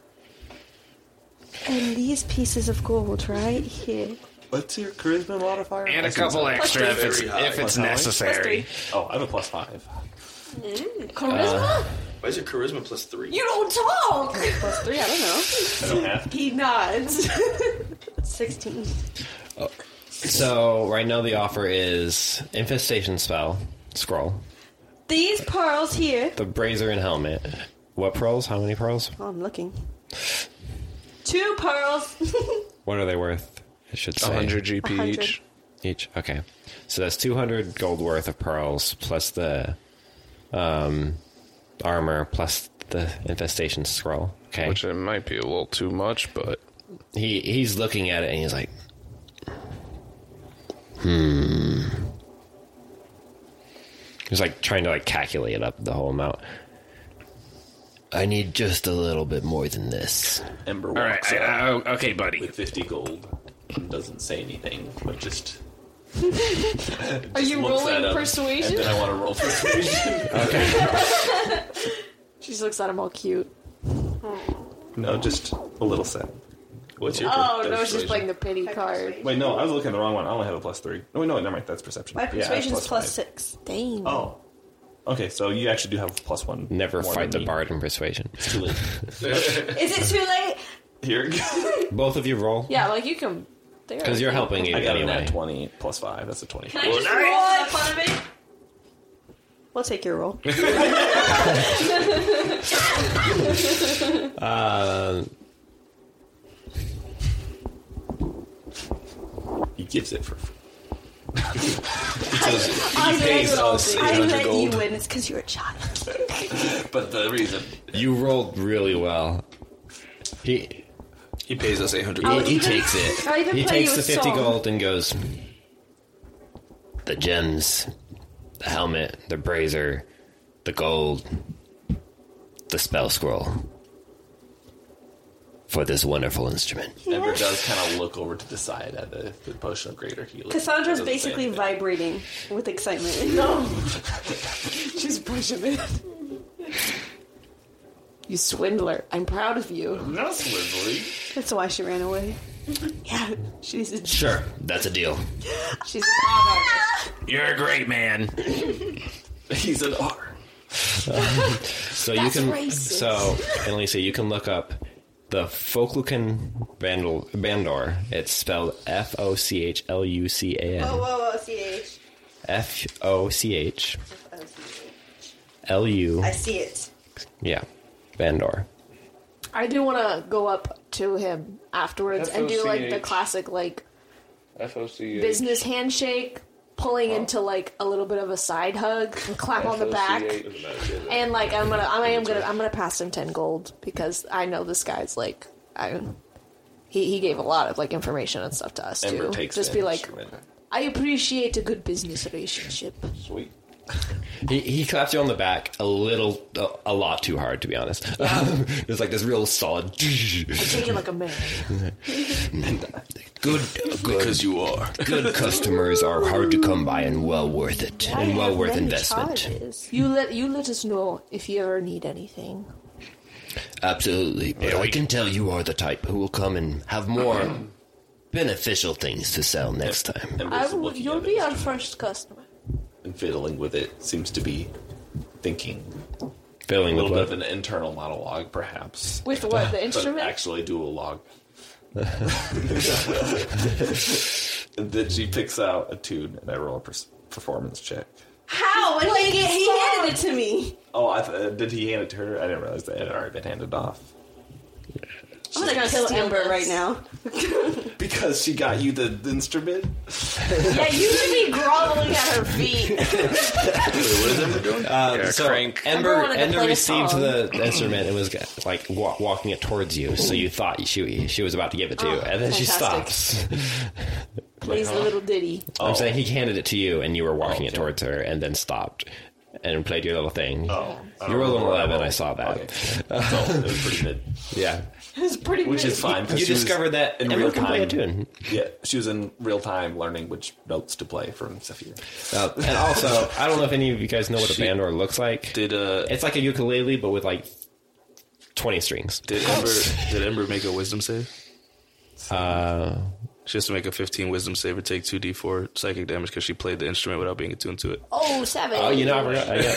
F: And these pieces of gold right here.
E: What's your charisma modifier?
G: And
E: I
G: a
E: see
G: couple
E: it's-
G: extra if it's,
B: Very high.
G: if it's
E: Plus how much?
G: necessary.
E: Oh, I have a plus five.
D: charisma.
B: Why is your charisma plus three?
D: you don't talk.
C: Plus three, I don't know.
E: I don't have to.
F: He nods. [laughs] 16.
A: So right now the offer is infestation spell scroll,
F: These pearls here.
A: the brazier and helmet. What pearls? How many pearls?
F: Oh, I'm looking. Two pearls.
A: What are they worth? I should say
H: 100 GP
F: 100.
H: each.
A: each. Okay, so that's two hundred gold worth of pearls plus the um, armor plus the infestation scroll. Okay,
H: Which it might be a little too much, but
A: he he's looking at it and he's like, hmm. He's like trying to like calculate up the whole amount. I need just a little bit more than this.
E: Ember
G: All
E: walks
G: right, I,
E: up
G: I, oh, okay, buddy.
E: with 50 gold and doesn't say anything, but just.
D: Are you
E: looks at
D: rolling
E: him, And
D: persuasion?
E: then I want to [laughs] roll persuasion.
D: She just looks at him all cute.
E: no, just a little sad.
B: What's your
D: Oh no, she's
B: persuasion?
D: playing the pity card.
E: Wait, no, I was looking at the wrong one. I only have a plus three. Oh, wait, no, never mind. That's perception.
F: My
E: Yeah, I have
F: persuasion's plus
E: five.
F: six.
D: Dang.
E: Oh. Okay, so you actually do have plus one.
A: Never
E: more
A: fight the
E: than me.
A: bard in persuasion.
E: It's [laughs] too late.
F: Is it too late?
E: Here it goes.
A: Both of you roll
D: Yeah, like you can. there.
A: because you're helping you
E: I got a
A: anyway.
E: nat 20 plus 5. That's a 20.
F: I just roll in front of me? We'll take your roll.
E: He gives it for free.
F: I
B: pays
F: let,
B: us
F: I
B: 800
F: let
B: gold.
F: you win. It's because you're a child.
E: But the reason.
A: You rolled really well. He
B: He pays us 800
A: he,
B: gold.
A: Oh, he takes it.
F: [laughs] I'll even
A: He
F: play
A: takes
F: you
A: the
F: a
A: fifty
F: song.
A: gold and goes. The gems, the helmet, the brazier, the gold, the spell scroll. For this wonderful instrument.
E: Ember does kind of look over to the side at the, the potion of greater healing.
F: Cassandra's
E: Doesn't say
F: basically
E: anything.
F: vibrating with
D: [laughs]
F: excitement.
C: She's pushing it.
D: You swindler. I'm proud of you.
E: Not slippery.
F: That's why she ran [laughs] away. Yeah, she's a,
A: Sure, that's a deal.
F: she's [laughs] a
G: You're a great man.
E: He's an R.
A: So you can so Annalisa, you can look up the Folklucan Vandal Bandor. It's spelled F O C H L U C A
F: Oh,
A: N.
F: whoa, whoa, CH.
A: F O C H
F: Oh, CH.
A: L U.
F: I see it.
A: Yeah, Vandor.
D: I do want to go up to him afterwards and do like the
H: FOCH.
D: classic like
H: FOC
D: business handshake,
A: Oh.
D: pulling into like a little bit of a side hug, and clap on the back, and like I'm gonna, I am gonna, I'm gonna pass him ten gold because I know this guy's like, I, he he gave a lot of like information and stuff to us
E: Ember
D: too.
E: takes
D: Just
E: the
D: be like,
E: instrument.
D: I appreciate a good business relationship.
E: Sweet.
A: He, he clapped you on the back a little, a, a lot too hard, to be honest. [laughs] it was like this real solid. [laughs]
D: Take it like a man.
A: Good, good,
B: Because you are.
A: good customers are hard to come by and well worth it, and well worth investment.
D: You let you let us know if you ever need anything.
A: Absolutely, but I can tell you are the type who will come and have more beneficial things to sell next time.
E: Ember's
D: I will,
E: looking
D: you'll
E: at
D: be
E: it.
D: our first customer.
E: and fiddling with it seems to be thinking a
A: Filling with
E: little bit of
A: blood.
E: an internal monologue, perhaps.
C: With what? The
E: [laughs] but
C: instrument?
E: actually do a log. [laughs] and then she picks out a tune, and I roll a per- performance check.
D: How? When he, he handed it to me.
E: Oh, I th- did he hand it to her? I didn't realize that it had already been handed off.
D: I'm gonna kill Ember right now.
E: Because she got you the instrument?
D: [laughs] Yeah, you should be groveling at
E: [laughs]
D: her feet.
A: Um, so
H: crank.
A: Ember,
D: Ember wanted to
A: Ember
D: play the
A: received
D: song.
A: the instrument and was like wa- walking it towards you. So you thought she she was about to give it to you, and then she
D: Oh, fantastic.
A: stops.
D: Plays the little ditty.
A: I'm saying he handed it to you, and you were walking it
E: Okay.
A: towards her, and then stopped and played your little thing.
E: Oh.
A: you rolled an eleven. I saw [laughs] that.
E: So it was pretty mid.
A: Yeah,
D: It's pretty
E: Which
D: weird.
E: is fine. 'cause
A: you
E: she was
A: discovered that
E: in
A: Ember
E: real
A: can play a
E: time.
A: tune.
E: Yeah, she was in real time learning which notes to play from Zephyr.
A: Uh, and also, I don't know if any of you guys know what a
B: She
A: bandor looks like.
B: Did uh
A: It's like a ukulele, but with like twenty strings.
B: did Ember did Ember make a wisdom save?
A: Uh,
B: She has to make a 15 wisdom save or take 2d4 psychic damage because she played the instrument without being attuned to it.
D: Oh, seven.
A: oh, you know, I forgot. I got,
D: You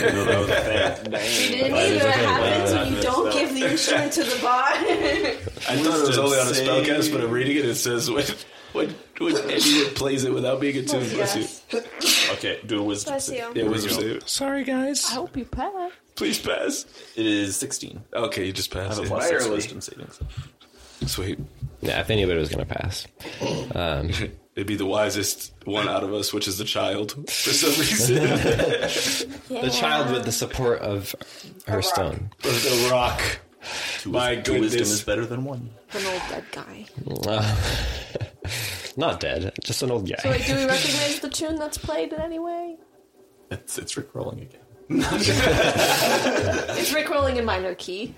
D: didn't either. It happens when you don't give the instrument to the
E: [laughs]
D: bot.
E: I
B: thought it was only on a spellcast,
E: but I'm reading it. It says when when,
B: [laughs]
E: when anyone plays it without being attuned.
D: [laughs] bless you.
E: Okay, do a wisdom.
F: Bless
E: save.
F: you.
E: Yeah, wisdom save.
H: Sorry, guys.
C: I hope you pass.
B: Please pass.
E: It is sixteen.
B: Okay, you just
E: I
B: passed.
E: have a
B: it.
E: plus six
B: Barely.
E: wisdom saving. throw.
B: Sweet.
A: yeah, if anybody was going to pass.
B: It'd be the wisest one out of us, which is the child, for some
E: [laughs]
B: reason.
A: The child with the support of her stone.
B: the rock. My
E: Two wisdom
B: goodness.
E: is better than one.
D: An old dead guy.
A: Not dead, just an old guy.
C: So wait, do we recognize the tune that's played in any way?
E: It's it's Rick rolling again.
F: [laughs]
D: It's rickrolling in minor key.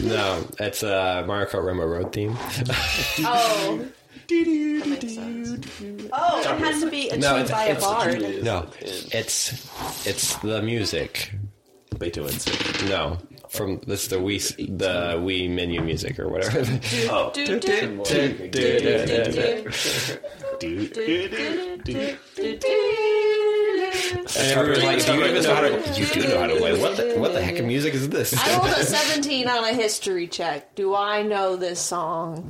A: no, it's uh, Mario Kart Rainbow Road theme.
D: Oh. That makes sense.
F: Oh, it has to be attuned
A: No, it's-
F: by a
A: it's-
F: bard.
A: No, it's it's the music.
E: Beethoven's.
A: No, from this the Wii the Wii menu music or whatever.
E: Oh,
C: Do, do,
A: Do, do, do, do, do. And everyone's like, "Do you even know how to? You do know how to play? What the what the heck of music is this?"
D: I rolled a 17 on a history check. Do I know this song?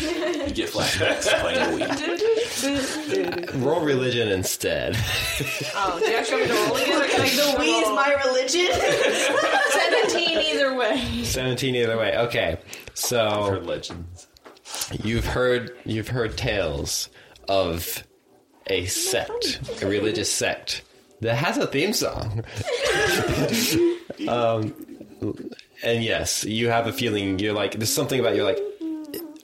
E: you get flashbacks playing the Wii.
A: Roll religion instead.
D: Oh, do you actually want me to roll again? Or can [laughs] I
F: The Wii is my religion.
D: 17 either way.
A: Seventeen either way. Okay, so
E: Heard legends.
A: You've heard you've heard tales of a sect, a religious sect that has a theme song. [laughs] um, and yes, you have a feeling. You're like, there's something about you're like.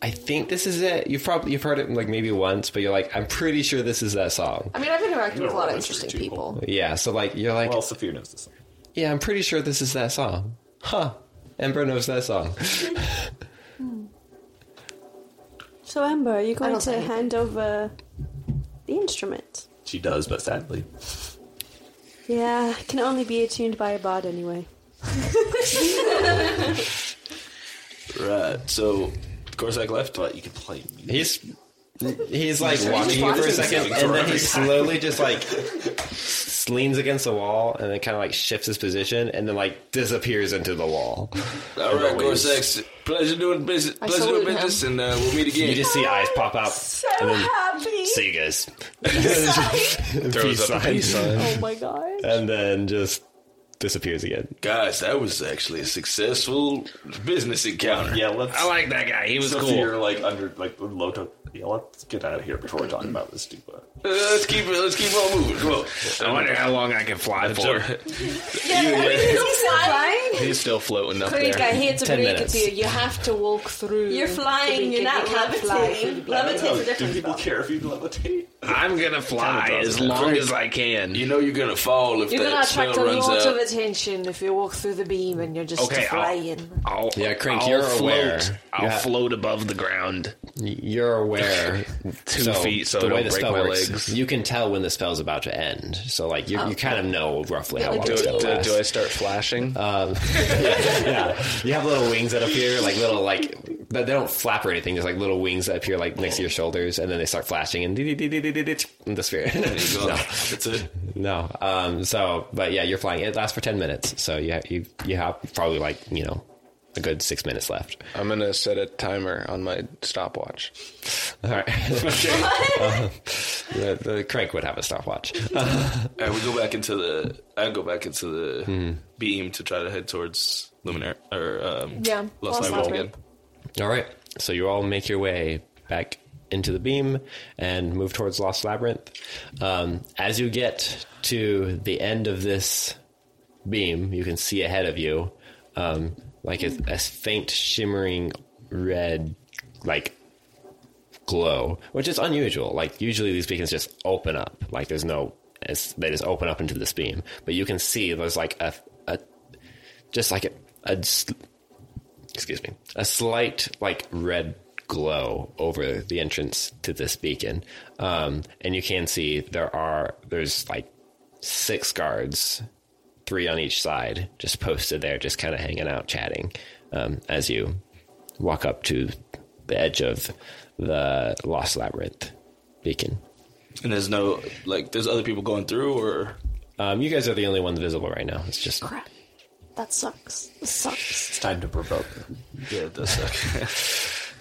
A: I think this is it. You've probably you've heard it like maybe once, but you're like, I'm pretty sure this is that song.
D: I mean, I've interacted with a lot of
E: roll
D: interesting
E: history, too.
D: people.
A: Yeah. So like you're like,
E: Well, Sophia knows this. song.
A: yeah, I'm pretty sure this is that song. Huh? Ember knows that song.
F: So, Amber, are you going
D: don't
F: to
D: think-
F: hand over the instrument?
E: She does, but sadly,
F: Yeah, it can only be attuned by a bard anyway.
E: right? So,
B: Of course, I left.
E: but you can play. music.
A: He's he's like watching you for a second, and then he slowly just like s- leans against the wall, and then kind of like shifts his position, and then like disappears into the wall.
B: All right, Gorsex. Pleasure doing business. Pleasure doing
D: saluted
B: business, and uh, we'll meet again.
A: You just see eyes pop out.
D: So
A: and then
D: happy. [laughs]
A: See you guys.
H: Throws up a peace sign.
C: Oh my god.
A: and then just disappears again.
B: Guys, that was actually a successful business encounter.
E: Yeah, let's.
G: I like that guy. He was
E: So if
G: cool.
E: you're like under like low to yeah, let's get out of here before we're talking about this stupid.
B: Uh, let's keep it. Let's keep on moving. Come on.
G: I wonder how long I can fly for.
B: He's still floating up
D: Greek, I hate to
A: Ten
D: break
A: minutes.
D: it to you. You have to walk through.
F: You're flying, you're not levitating. Levitate's a
E: do
F: different
E: people
F: spell.
E: care if you levitate?
G: I'm gonna fly
E: Kinda does
G: as
E: that.
G: long as I can.
B: You know you're gonna fall if
D: You're gonna
B: that
D: attract
B: smell
D: a
B: runs
D: lot of
B: out.
D: attention if you walk through the beam and you're just
G: Okay, I'll-
D: flying.
F: [laughs]
G: I'll,
A: Yeah, Crink,
G: I'll
A: you're
G: float.
A: aware.
G: I'll
A: Yeah.
G: float above the ground.
A: You're aware
G: [laughs] Two feet, so it'll break my legs.
A: You can tell when the spell's about to end. So like you, you kind of know roughly how
D: Like,
A: long
D: do
H: Do,
A: it's
D: it-
A: gonna
H: do,
A: last.
H: do I
G: Uh,
H: start flashing?
A: yeah, you have little wings that appear, like little like but they don't flap or anything. There's like little wings that appear like next to your shoulders, and then they start flashing and the spirit. no,
B: That's it.
A: [laughs] no. Um, so, but yeah, you're flying. It lasts for ten minutes, so you ha- you you have probably like you know a good six minutes left.
H: I'm gonna set a timer on my stopwatch.
A: [laughs] All right. [laughs] Uh, the, the crank would have a stopwatch.
B: I would go back into the. I would go back into the beam to try to head towards Luminar or um,
D: Yeah,
B: Lost
D: Lost
B: Labyrinth again.
D: Labyrinth.
A: All right. So you all make your way back into the beam and move towards Lost Labyrinth. Um, as you get to the end of this beam, you can see ahead of you um, like a, a faint shimmering red, like glow, which is unusual. Like usually these beacons just open up. Like there's no, it's, they just open up into this beam. But you can see there's like a, a just like a, a s- excuse me, a slight like red glow over the entrance to this beacon. Um, and you can see there are there's like six guards, three on each side, just posted there, just kind of hanging out, chatting um, as you walk up to the edge of the Lost Labyrinth beacon.
B: And there's no like. There's other people going through, or
A: Um, you guys are the only ones visible right now. It's just
D: Crap. That sucks. This sucks.
E: It's time to provoke.
B: yeah, it does suck.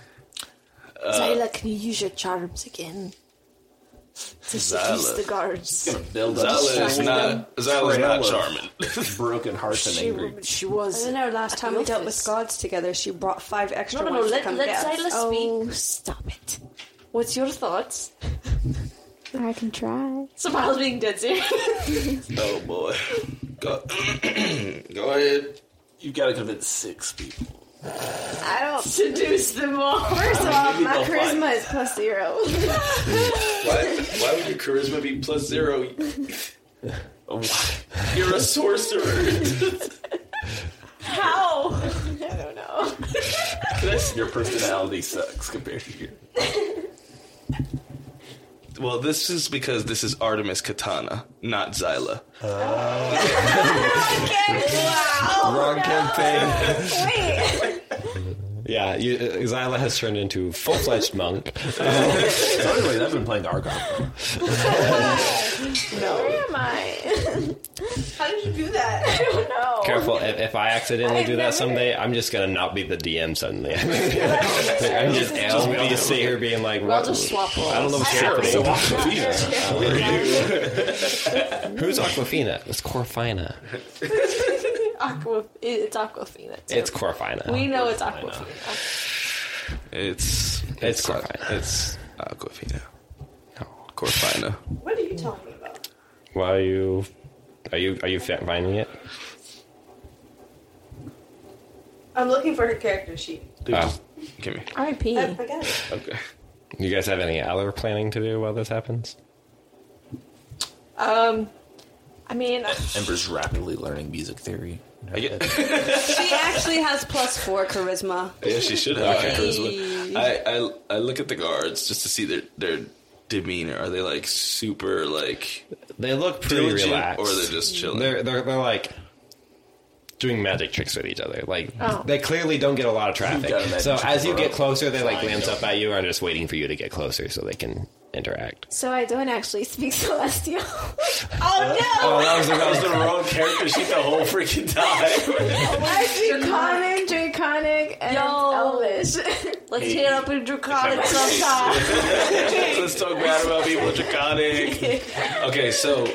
D: Zyla, can you use your charms again? To seduce
B: Zyla.
D: the guards.
E: Build
B: Zyla is not. Zyla is not charming.
E: broken hearts and
C: She,
E: angry.
C: w- she was.
F: I know last time we dealt with
C: Office.
F: gods together, she brought five extra
D: No, no, no.
F: ones to
D: Let,
F: come
D: let
F: get us.
D: Zyla
F: Oh,
D: speak. Stop it. What's your thoughts?
I: I can try.
D: Smile's being dead serious.
B: Oh boy. Go. [clears throat] go ahead.
E: You've got to convince six people.
D: I
F: [laughs]
D: don't seduce them all.
F: First of all,
E: Maybe
F: my
E: they'll
F: charisma
E: find.
F: is plus zero.
B: Why? Why would your charisma be plus zero? You're a sorcerer.
D: How?
F: Oh,
D: I don't know.
E: Your personality sucks compared to your.
B: Well, this is because this is Artemis Katana, not Xyla.
D: [laughs]
A: wrong campaign. yeah, you, uh, Xyla has turned into full fledged monk.
E: [laughs] Anyway, I've been playing Argon.
D: Where am I? [laughs]
F: How did you do that?
D: I don't know.
A: Careful, if, if I accidentally
D: Oh, I've
A: do that
D: never-
A: someday, I'm just gonna not be the DM
D: [laughs]
A: suddenly. I'm just I'll be just sitting here being like,
D: I'll
A: what?
D: just swap roles.
A: I don't know what's happening. [laughs] Who's [laughs] Aquafina? It's Corfina.
D: Aqua, it's Aquafina. too.
A: It's Corfina.
D: we know it's Aquafina.
B: It's
A: It's
B: not-
A: Corfina.
B: It's Aquafina. Corfina.
F: What are you talking about?
A: Why are you? Are you are you fi- finding it?
F: I'm looking for her character sheet.
D: Ah.
A: Oh,
B: Give me.
I: R.I.P.
F: I got it.
B: Okay.
A: you guys have any other planning to do while this happens?
D: I
F: [laughs]
D: mean,
E: Ember's rapidly learning music theory.
B: I get,
F: She actually has plus four charisma.
B: [laughs] yeah, she should have okay. charisma. I, I I look at the guards just to see their their demeanor. Are they like super like
A: They look pretty
B: diligent,
A: relaxed,
B: or they're just chilling?
A: they're they're they're like doing magic tricks with each other. Like they clearly don't get a lot of traffic.
E: You've got a magic
A: So
E: trick
A: as you
E: for
A: get
E: us.
A: closer, they like
E: Fine,
A: glance
E: yeah.
A: up at you and are just waiting for you to get closer so they can interact.
I: So I don't actually speak
F: [laughs]
I: [laughs] Celestial.
B: uh,
A: Oh, that was the
B: that was the wrong character sheet the whole freaking time.
I: I speak Common, Draconic, and
D: Yo.
I: [laughs] Elvish.
D: let's tear up in Draconic sometime.
B: Let's talk bad about people in Draconic. [laughs] Okay, so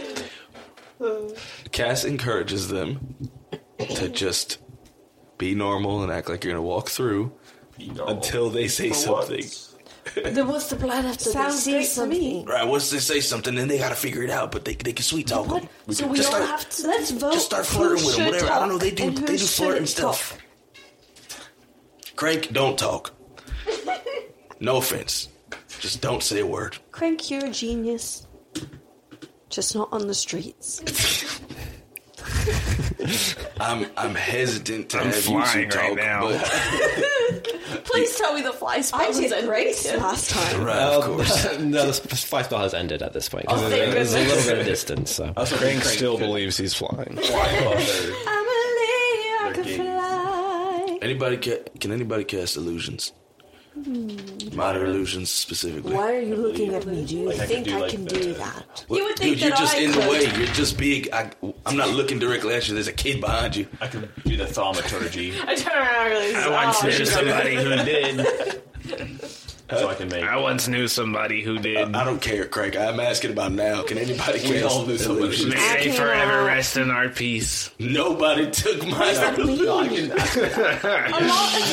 B: Cass encourages them to just be normal and act like you're gonna walk through until they say something.
D: then what's the plan after
F: Sounds
D: they
F: great
D: see
F: to me.
D: something?
B: Right, once they say something, then they gotta figure it out, but they, they can sweet talk them.
D: so we
B: just
D: don't
B: start-
D: have to.
F: Let's vote.
B: Just start
F: who
B: flirting with them,
F: should
B: whatever. I don't know, they
F: talk
B: do-
F: and who
B: they do flirting
F: shouldn't
B: stuff.
F: talk.
B: Crank, don't talk. No offense. Just don't say a word.
F: Crank, you're a genius. Just not on the streets.
B: I'm I'm hesitant to
G: I'm
B: have you two
G: flying right
B: talk,
G: now.
B: but
D: Please tell me the fly spell
F: I
D: was
F: did
D: in
F: great [laughs]
D: there.
F: last
I: [laughs]
F: time.
B: right, of course.
A: no, the sp- fly spell has ended at this point. 'cause
D: Oh, thank
A: there's, there's a little bit of distance. So
H: Crank still believes he's
F: I'm
H: flying.
F: a lady, I can
E: game.
F: fly.
B: Anybody ca- can anybody cast illusions?
F: Hmm.
B: Minor illusions specifically.
D: Why are you looking at me? Do you
E: Like, I could
D: think
E: do,
D: I
E: like,
D: can
E: the-
D: do that?
B: Well,
F: You would think
B: dude, you're
F: that
B: just
F: I
B: in the
F: could.
B: way. You're just big. I, I'm not looking directly at you. There's a kid behind you.
E: I could do the thaumaturgy,
F: I turn around and realize,
G: [laughs] I once
F: oh,
G: knew somebody who did.
E: so I can make.
G: I once knew somebody who did.
B: I don't care, Craig. I'm asking about now. Can anybody
E: We
B: cast
E: all lose
B: illusions?
G: May they forever rest in our peace.
B: Nobody took mine.
E: No, I can. I
I: A lot of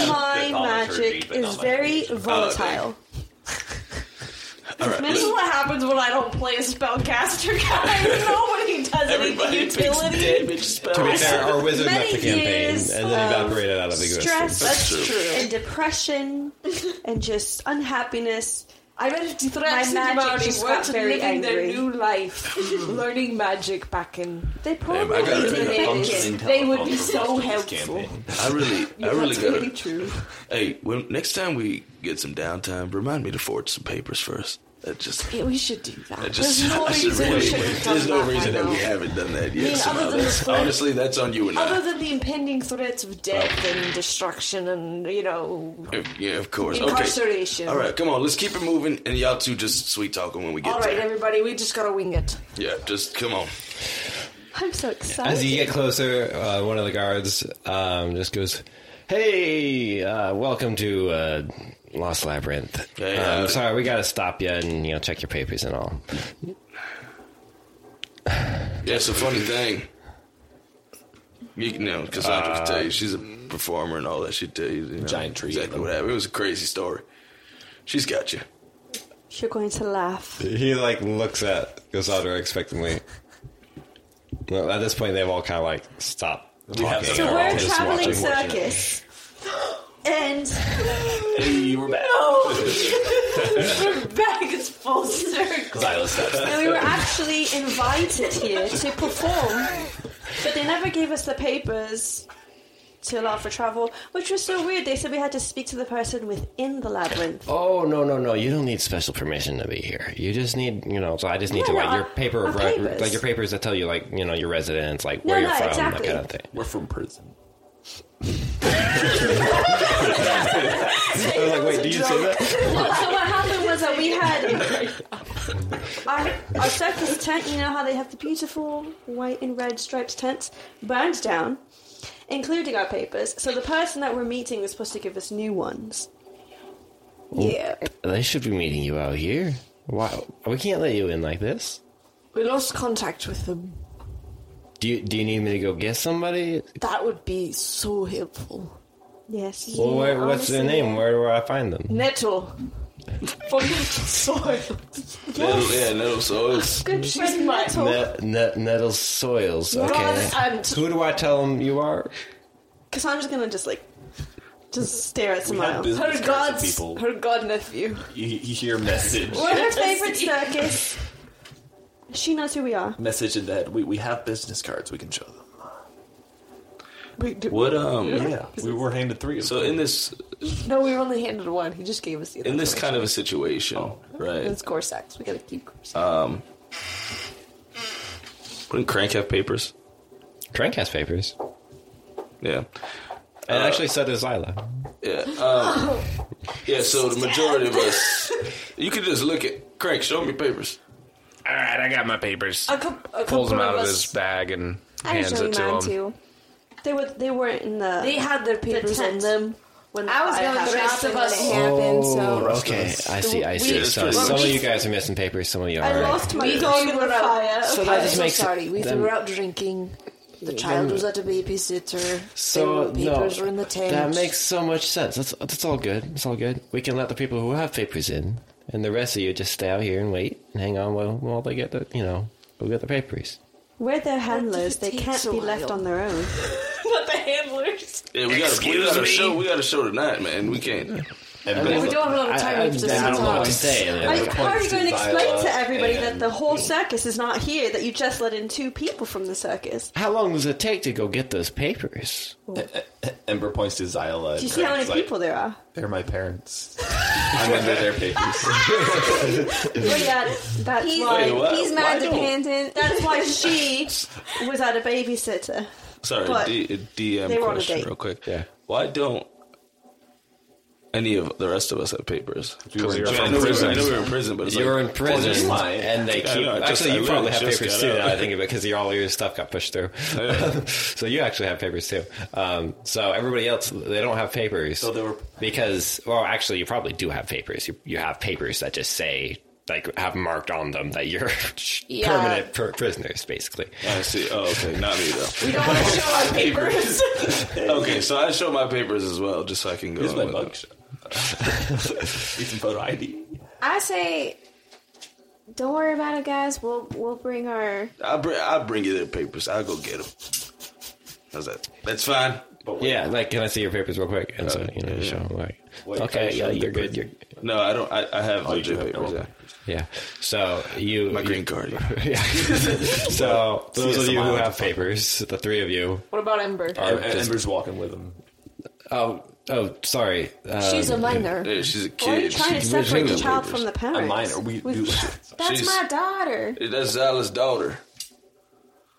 I: my
E: the thaumaturgy,
I: magic
E: but not
I: is
E: my
I: very
B: Oh,
I: volatile.
B: All right,
F: This is
B: look,
F: what happens when I don't play a spellcaster, [laughs] guys. Nobody does
B: everybody
F: anything
B: picks
F: utility.
B: damage
A: To be
B: spells.
A: fair, our wizard
I: Many
A: met the campaign
I: years
A: and then
I: of
A: evaporated out of existence.
I: Stress
B: That's true.
I: and depression and just unhappiness.
F: I read it
I: My
F: threatened
I: magic
F: about
I: just
F: the world
I: got very
F: living their
I: angry.
F: new [laughs] life, learning magic back in.
I: They
B: I
I: probably
B: gotta
I: didn't
B: do
I: make it.
E: can
F: They would be
E: telephone
F: so
E: for this
F: helpful.
E: campaign.
B: [laughs] I really, I really
F: That's really
B: gotta.
F: true.
B: Hey, when next time we get some downtime, remind me to forge some papers first. That just,
F: Yeah, we should do that.
B: that just,
F: There's no
B: [laughs] I should
F: reason we
B: really.
F: should have done
B: There's no
F: that by
B: reason that
F: now.
B: we haven't done that
F: I mean,
B: yet.
F: other
B: somehow.
F: than
B: That's-
F: the-
B: honestly, that's on you and
F: Other
B: I.
F: than the impending threats of death and destruction and, you know,
B: Yeah, of course. Okay.
F: incarceration.
B: All right, come on. Let's keep it moving, and y'all two just sweet talking when we get
F: All right,
B: there.
F: everybody, we just gotta wing it.
B: Yeah, just come on.
I: I'm so excited.
A: As you get closer, uh, one of the guards um, just goes, "Hey, uh, welcome to uh, Lost Labyrinth.
B: Yeah, yeah.
A: Um, sorry, we got to stop you and you know check your papers and all."
B: Yeah, it's a funny thing. You know, Cassandra can tell you she's a performer and all that. She'd tell you, you know,
E: Uh, Giant tree.
B: exactly what happened. It was a crazy story. She's got you.
I: You're going to laugh.
A: He like looks at Gosada expectantly. Well, at this point, they've all kind of like stopped.
E: have
A: talking.
E: some-
A: They're
I: So
A: all
I: we're a
A: just
I: traveling
A: watching.
I: circus. And
E: you were back.
F: Back is full circle.
E: Xylas steps.
I: we were actually invited here to perform, but they never gave us the papers to allow for travel, which was so weird. They said we had to speak to the person within the labyrinth.
A: Oh no no no! You don't need special permission to be here. You just need you know. So I just need
I: No,
A: to
I: no,
A: like your
I: our-
A: paper
I: our
A: of re-
I: papers.
A: like your papers that tell you like you know your residence, like
I: No,
A: where you're
I: no,
A: from,
I: exactly.
A: that kind of thing.
E: We're from prison.
A: I was like, wait, do you say that?
I: So what happened was that we had our, our circus tent. You know how they have the beautiful white and red striped tents burned down, including our papers. So the person that we're meeting was supposed to give us new ones. Yeah.
A: They should be meeting you out here. Wow, we can't let you in like this.
F: We lost contact with them.
A: Do you do you need me to go get somebody?
F: That would be so helpful.
I: Yes.
A: well, where, what's their
I: honestly.
A: name? Where do I find them?
F: Nettle. For Nettle Soil.
B: Nettle, yeah, Nettle Soils.
I: Good
F: She's
I: friend
F: my-
I: Nettle.
A: Net, net, Nettle Soils. Okay.
F: Ross and-
A: Who do I tell them you are?
I: Cassandra's gonna just like just stare at
E: We have
I: Smile.
E: business
F: Her
E: cards with
F: god's,
E: people.
F: her god nephew.
E: You, you hear message.
I: We're her favorite circus. She knows who we are.
E: message in that we, we have business cards we can show them.
F: Wait, do,
B: What, um,
E: Yeah, we were handed three of
B: so
E: them.
B: in this,
F: no, we were only handed one. He just gave us the other
B: in this
F: one.
B: kind of a situation, right?
F: It's Corsax. We gotta keep Corsax.
B: Wouldn't Crank have papers?
A: Crank has papers.
F: Uh,
B: Yeah.
A: And actually, so does
F: Oh,
A: Lila.
B: Yeah. Um, yeah, so the majority of us, you could just look at, Crank, show me papers.
G: All right, I got my papers.
F: a, cou- a couple
J: Pulls them out of
F: us,
J: his bag and
I: I was
J: hands
I: showing
J: it to
I: mine
J: him.
I: too. They were they weren't in the
F: They had their papers on
I: tent.
F: them. When
K: I was going
F: happened.
K: with the rest of us. It happened, so-
A: Oh, okay. I see. I see.
B: we-
A: So some of you guys are missing papers. Some of you
I: I
A: aren't.
I: lost my
F: We
I: dog
F: threw
I: in the
F: it out.
I: fire.
A: So
F: I'm
A: that just
F: so
A: makes
F: sorry.
A: it,
F: we
A: then-
F: threw out drinking. The child was at a babysitter.
A: so
F: They were- papers
A: no,
F: were in the tent.
A: that makes so much sense. That's that's all good. It's all good. We can let the people who have papers in, and the rest of you just stay out here and wait and hang on while while they get the you know go get the papers.
I: We're their handlers.
F: it
I: They
F: take
I: can't
F: so
I: be left
F: while?
I: on their own.
F: not the handlers.
B: Yeah, we gotta, we
G: Excuse
B: gotta
G: me?
B: show, we gotta show tonight, man. We can't.
E: Everybody's
F: We
E: like,
F: don't have a lot of time.
A: I, I,
F: we have to
A: I
F: sit
A: don't know what
F: down.
A: to say.
I: I, how are you
E: points to
I: going to explain
E: Viola
I: to everybody that
E: and-
I: the whole circus is not here? That you just let in two people from the circus?
A: How long does it take to go get those papers?
E: Ember points to Xyla.
I: Do you see how many people there are?
E: They're my parents. I'm under their papers.
I: Well, yeah, that's
K: He's,
I: why.
B: what?
K: he's
B: Why
K: not
B: don't-
K: dependent.
I: That's
F: [laughs]
I: why she was at a babysitter.
B: Sorry,
I: But
B: D, a DM
I: they were on a
B: question
I: date.
B: real quick.
A: Yeah.
B: Why don't any of the rest of us have papers.
E: were in
B: I mean, I
E: jail.
B: know we were- I know we were in prison, but it's
A: you were in
B: like, well, just
A: prison,
B: lie.
A: and they
B: Yeah,
A: keep.
B: no, I just-
A: actually,
B: I
A: you
B: literally
A: probably have
B: just
A: papers
B: got
A: too.
B: out. Oh,
A: Now that I think of it, because all your stuff got pushed through. [laughs] so you actually have papers too. Um, so everybody else, they don't have papers. So
E: they were-
A: because, well, actually, you probably do have papers. You you have papers that just say like have marked on them that you're [laughs]
D: Yeah.
A: permanent per- prisoners, basically.
B: I see. Oh, okay, not me though.
D: We don't want to show our papers.
B: [laughs] Okay, so I show my papers as well, just so I can go.
E: Here's
B: on
E: my
B: with it.
E: mugshot. Need some photo ID.
F: I say, don't worry about it, guys. We'll we'll bring our.
B: I'll bring, I'll bring you their papers. I'll go get them. How's that? That's fine. But wait.
A: Yeah, like can I see your papers real quick? And so you know, you show them like,
E: can I
A: okay,
E: show
A: yeah,
E: them the
A: you're good. You're
B: No, I don't. I, I have
E: Oh, you
B: legit
E: have
B: papers.
E: no
B: Yeah.
A: yeah. So you
B: My
A: you-
B: green card.
A: So those of you who
E: CSMI.
A: have papers, the three of you
D: What about Ember?
A: are just
E: Ember's walking with him.
A: Oh, oh, sorry. Uh,
D: She's a minor.
B: Yeah, she's a
F: Why are you
B: kid.
F: trying to
B: She-
F: separate the
B: she's-
F: child from the parents?
E: A minor. We
D: [laughs]
E: do.
F: That's
B: She's-
F: my daughter.
B: That's Zala's daughter.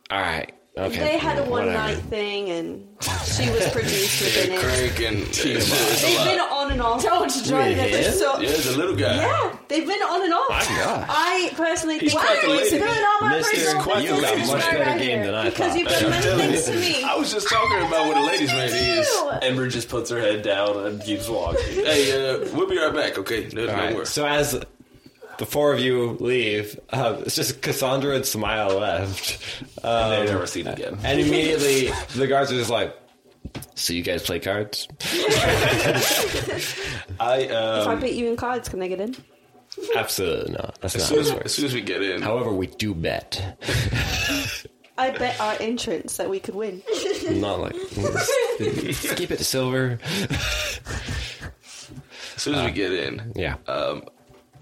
A: all right. Okay.
F: They had a one
A: whatever.
F: night thing, and she was produced within
B: Yeah,
F: it.
B: Crank
E: [laughs]
B: and [laughs] it's,
F: They've
B: it's a
F: been
B: lot.
F: on and off.
D: Don't join
A: Really?
D: it.
F: So
B: Yeah, it's a little guy.
F: yeah, they've been on and off. I personally think
B: quite the
F: it's
B: lady.
F: been on my personal
A: Mister,
F: business
A: you got
F: is
A: much
F: right
A: better
F: right
A: game
F: here,
A: than I
F: because
A: thought.
F: you've done many things to me.
B: I was just talking about what a ladies' man is.
E: [laughs] Ember just puts her head down and keeps walking.
B: Hey, uh, we'll be right back. Okay, no,
A: All
B: no
A: right.
B: worries.
A: So as the four of you leave, uh, it's just Cassandra and Smile left,
E: I've never seen again.
A: and
D: [laughs]
A: immediately the guards are just like, "So you guys play cards?"
B: I
F: If
B: uh,
F: I
A: um,
F: beat you in cards, can they get in?
A: Absolutely not. That's
B: as
A: not.
B: soon
A: how
B: as,
A: this
B: as
A: works.
B: soon as we get in,
A: However, we do bet.
F: I bet our entrance that we could win.
A: Not like let's keep it silver.
B: as soon as we get in,
A: Yeah. Uh,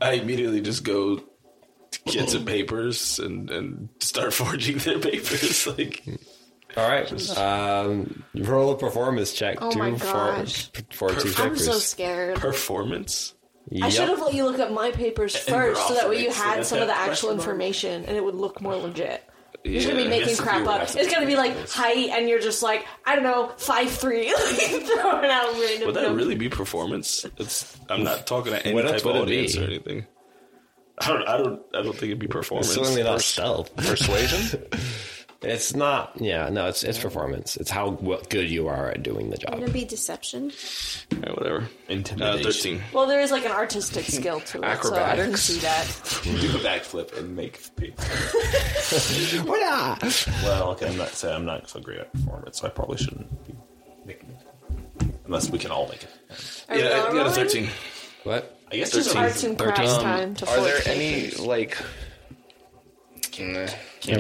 B: I immediately just go to get
A: Oh.
B: some papers and and start [laughs] forging their papers. Like
A: Hmm. All right. Um, roll a performance check.
D: Oh
A: to
D: my
A: for-
D: gosh.
A: for two
D: I'm so
A: papers.
D: scared.
B: performance.
D: I should
A: Yep.
D: have let you look up my papers
E: Ember
D: first, so
E: also
D: that way you
E: makes
D: had
E: sense.
D: some of the
E: That
D: actual
E: question mark.
D: information, and it would look more legit. You're
B: Yeah,
D: gonna
B: I
D: be making
B: guess if
D: crap
B: you
D: up.
B: have
D: It's gonna be like height, and you're just like I don't know, five three,
F: [laughs]
D: like throwing out random.
B: Would that
D: numbers.
B: really be performance? It's, I'm not talking to any
A: What
B: type
A: else
B: of
A: would it be?
B: audience or anything. I don't. I don't. I don't think it'd be performance.
A: Certainly not stealth. [laughs]
H: Persuasion?
A: It's not. Yeah, no. It's it's performance. It's how w- good you are at doing the job.
F: Would it be deception?
B: All right, whatever. Uh,
E: Intimidation.
B: Thirteen.
D: Well, there is like an
A: [laughs]
D: artistic skill to it, so I can
H: Acrobatics?
D: see that.
E: do a backflip and make paper. Well, okay, I'm not so I'm not so great at performance, so I probably shouldn't be making it. Unless we can all make it.
D: Are we
B: Yeah, I
D: all
B: got a
D: rolling?
B: thirteen.
A: What?
E: I guess
D: Just
E: thirteen.
D: arts and crafts time to
H: Um, Are there
D: forge
H: any,
D: papers.
H: like. Nah,
A: You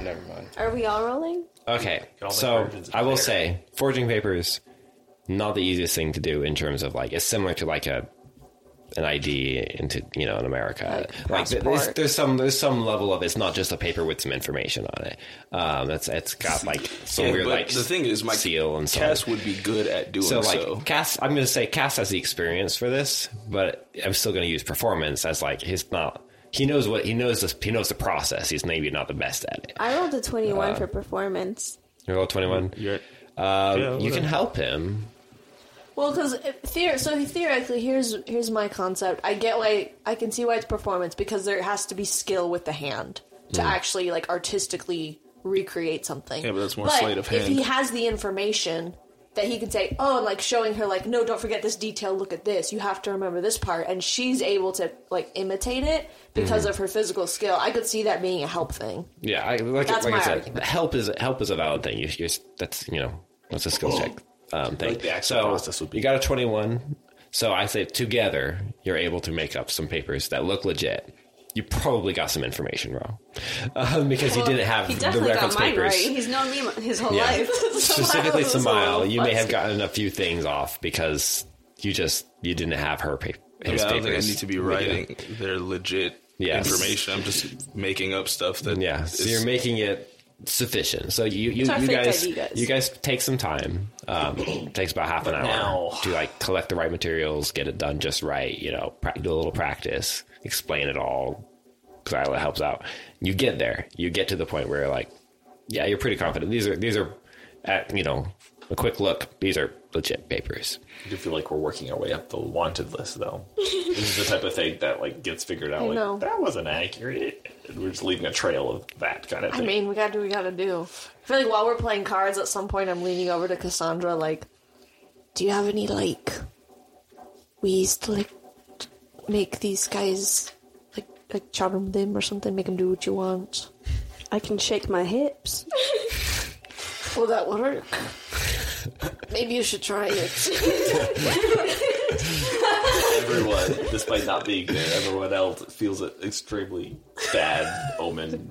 H: never mind.
F: Are we all rolling?
A: Mm, okay?
E: all make
A: So
E: versions of
A: I will
E: paper.
A: say, forging papers, not the easiest thing to do in terms of like it's similar to like a an ID into you know in America. Like, th- there's,
D: passport.
A: there's some there's some level of it's not just a paper with some information on it. Um, that's it's
B: [laughs]
A: got like some
B: Yeah,
A: weird
B: but
A: like
B: the thing is, my
A: seal and stuff.
B: Cass would be good at doing
A: So
B: so.
A: like Cass, I'm going to say Cass has the experience for this, but I'm still going to use performance as like his not. He knows what he knows. The, he knows the process. He's maybe not the best at it.
F: I rolled a
B: Uh,
F: twenty-one for performance.
A: You roll 21.
E: Mm,
B: You're-
A: Um,
B: Yeah,
A: you can
B: whatever.
A: help him.
D: Well, because theor- so theoretically, here's here's my concept. I get why I can see why it's performance because there has to be skill with the hand to actually like artistically recreate something.
B: Mm. Yeah, but that's more sleight of
D: If
B: hand.
D: he has the information that he can say, oh, and like showing her, like, no, don't forget this detail. Look at this. You have to remember this part, and she's able to like imitate it because
B: Mm-hmm.
D: of her physical skill. I could see that being a help thing.
A: Yeah, I, like,
D: That's
A: like I
D: my
A: said,
D: argument.
A: help is help is a valid thing. You, you're, that's you know that's a skill check um, thing.
E: Like the actual
A: so
E: process would be-
A: you got a 21. So I say together you're able to make up some papers that look legit. You probably got some information wrong [laughs] um, because you didn't have
F: He
A: the
F: definitely
A: reference
F: got mine
A: papers.
F: right. He's known me his [laughs] whole
A: Yeah. [laughs]
D: [laughs]
F: life.
A: specifically
F: Smiles was all
A: Smile, you may
F: fussy.
A: have gotten a few things off because you just you didn't have her pa-
B: I, mean,
A: his
B: I don't think I
A: papers.
B: need to be writing their legit
A: Yes.
B: information. I'm just making up stuff that
A: Yeah, so
B: is-
A: you're making it sufficient. So you you,
D: our
A: you
D: fake
A: guys,
D: ID, guys.
A: you guys take some time. Um, takes about half an hour
E: now-
A: to like collect the right materials, get it done just right. You know, pra- do a little practice, explain it all. Xyla helps out. You get there. You get to the point where you're like, yeah, you're pretty confident. These are these are at you know a quick look. These are legit papers.
E: I do feel like we're working our way up the wanted list, though. this is the type of thing that like gets figured out.
D: I
E: Like
D: know.
E: that wasn't accurate. And we're just leaving a trail of that kind of
D: I
E: thing.
D: mean, we gotta do what we gotta do. I feel like while we're playing cards, at some point I'm leaning over to Cassandra, like, do you have any, like, ways to, like, t- make these guys, like, like charm them or something, make them do what you want?
F: I can shake my hips.
D: Will that work? [laughs] Maybe you should try it.
E: everyone, despite not being there, everyone else feels an extremely bad omen.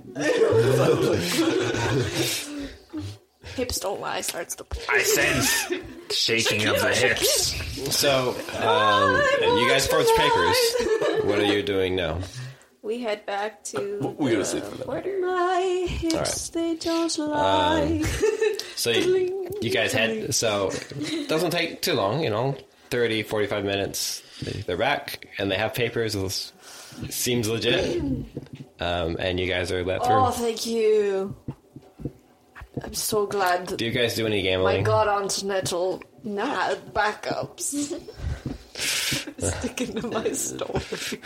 D: Hips don't lie starts to play.
G: I sense shaking of the hips.
E: [laughs]
A: So,
D: Ah,
A: um, you guys forged papers. [laughs] What are you doing now?
F: We head back to
E: We gotta sleep for that.
F: my hips.
A: right.
F: They don't lie.
A: So you, you guys had so it doesn't take too long, you know, 30, 45 minutes. They- They're back and they have papers. It seems legit. Um, and you guys are let
D: Mm. Oh,
A: through.
D: thank you. I'm so glad
A: Do you guys do any
D: my
A: gambling?
D: god Aunt Nettle
A: [laughs]
D: had backups.
C: Sticking to my story.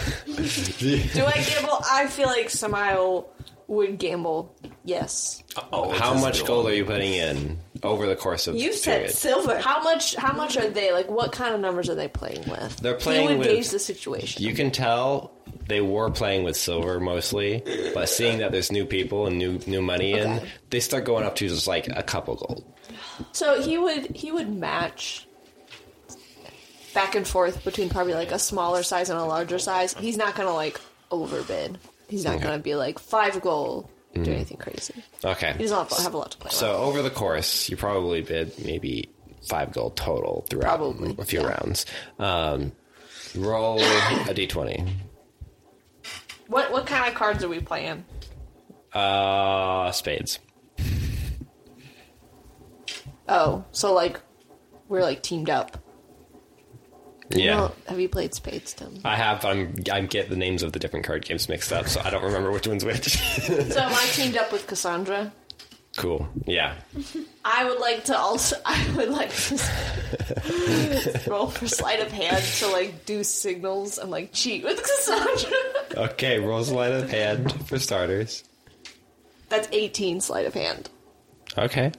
A: [laughs]
D: Do I gamble? I feel like Samael would gamble. Yes.
E: Oh,
A: How
E: it's
A: much
E: still-
A: gold are you putting in over the course of
F: You
A: the
F: said
A: period?
F: silver.
D: How much? How much are they? Like, what kind of numbers are they playing with?
A: They're playing
D: he would
A: with-
D: gauge the situation.
A: You can tell they were playing with silver mostly, but seeing that there's new people and new new money in, they start going up to just like a couple gold.
D: So he would he would match back and forth between probably like a smaller size and a larger size. He's not gonna like overbid. He's not gonna be like five gold. Do anything crazy.
A: Okay.
D: He doesn't have, have a lot to play with.
A: Mm. So over the course, you probably bid maybe five gold total throughout
D: Probably,
A: a few
D: yeah.
A: rounds. Um, roll a d20.
D: What what kind of cards are we playing?
A: Uh, spades.
D: Oh, so like we're like teamed up.
A: Yeah,
D: Well, have you played Spades, Tim?
A: I have. I'm. I get the names of the different card games mixed up, so I don't remember which one's which.
D: [laughs]
A: [laughs]
D: so am I teamed up with Cassandra?
A: cool. Yeah.
D: I would like to also. [laughs] I would like to
A: [laughs]
D: roll for sleight of hand to like do signals and like cheat with [laughs] Cassandra.
A: Okay. Roll sleight of hand for starters.
D: That's eighteen sleight of hand,
A: Okay.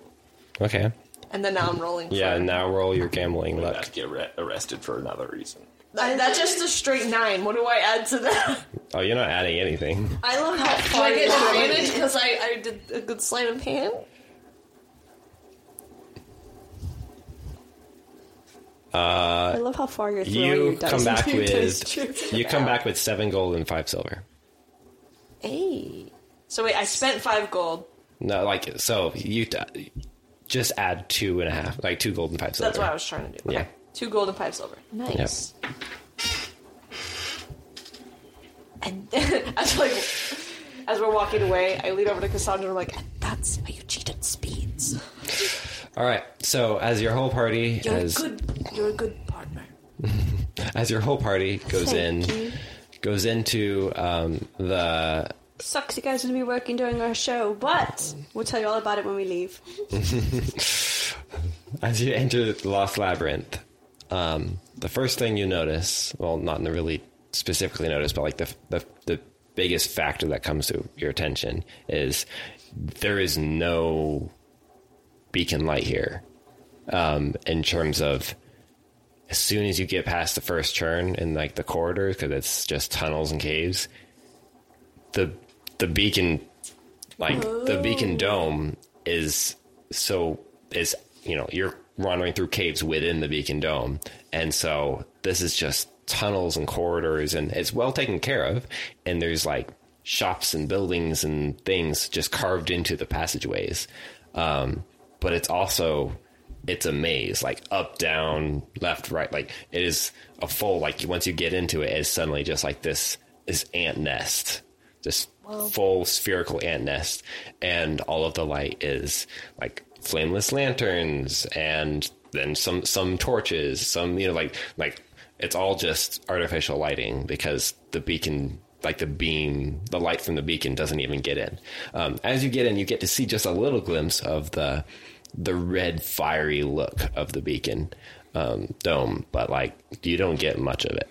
A: Okay.
D: and then now I'm rolling. for-
A: Yeah. Now roll your gambling
E: We're
A: luck.
E: about to get arre- arrested for another reason.
D: That- that's just a straight nine. What do I add to that?
A: Oh, you're not adding anything.
D: [laughs] I love how do I get advantage because I I did a good sleight of hand.
F: I love how far [laughs] you're throwing your
A: You
F: dice.
A: come
D: [laughs]
A: back
F: into your dice
A: with
F: tube.
A: you come back with seven gold and five silver.
D: Hey. So wait, I spent five gold.
A: No, like so you d- just add two and a half, like two gold and five silver.
D: That's what I was trying to do. Okay.
A: Yeah.
D: Two gold and five silver.
A: Nice.
D: And then, [laughs] as like as we're walking away, I lean over to Cassandra. and I'm like, "That's why you cheated speeds.
A: All right. So as your whole party
D: You're
A: as
D: a good. You're a good partner."
A: as your whole party goes
F: Thank
A: in goes into um, the
F: Sucks you guys are going to be working during our show, but we'll tell you all about it when we leave.
A: as you enter the lost labyrinth. Um, the first thing you notice, well, not really specifically notice, but like the the the biggest factor that comes to your attention is there is no beacon light here. Um, in terms of as soon as you get past the first turn in like the corridor because it's just tunnels and caves the the beacon like the beacon dome is so is you know you're wandering through caves within the beacon dome and so this is just tunnels and corridors and it's well taken care of and there's like shops and buildings and things just carved into the passageways um, but it's also it's a maze like up down left right like it is a full like once you get into it it's suddenly just like this this ant nest this full spherical ant nest and all of the light is like flameless lanterns and then some some torches some you know like like it's all just artificial lighting because the beacon like the beam the light from the beacon doesn't even get in um, as you get in you get to see just a little glimpse of the the red fiery look of the beacon um, dome, but like you don't get much of it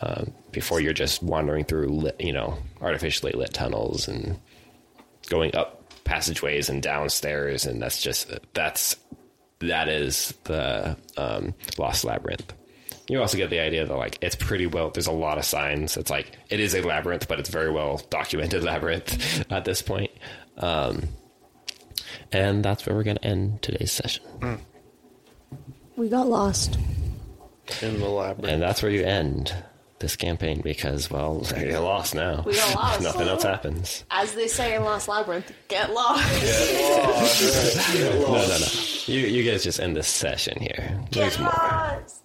A: um, before you're just wandering through lit, you know artificially lit tunnels and going up passageways and downstairs, and that's just that's that is the um, lost labyrinth. You also get the idea that like it's pretty well. There's a lot of signs. It's like it is a labyrinth, but it's very well documented [laughs] labyrinth at this point. Um, and that's where we're going to end today's session.
I: We got lost.
B: in the labyrinth.
A: And that's where you end this campaign because, well, [laughs] you're lost now.
D: We got
A: [laughs]
D: lost. Oh.
A: Nothing else happens.
D: As they say in Lost Labyrinth, get lost.
A: No, no, no. You, you guys just end this session here. There's more.
F: Us.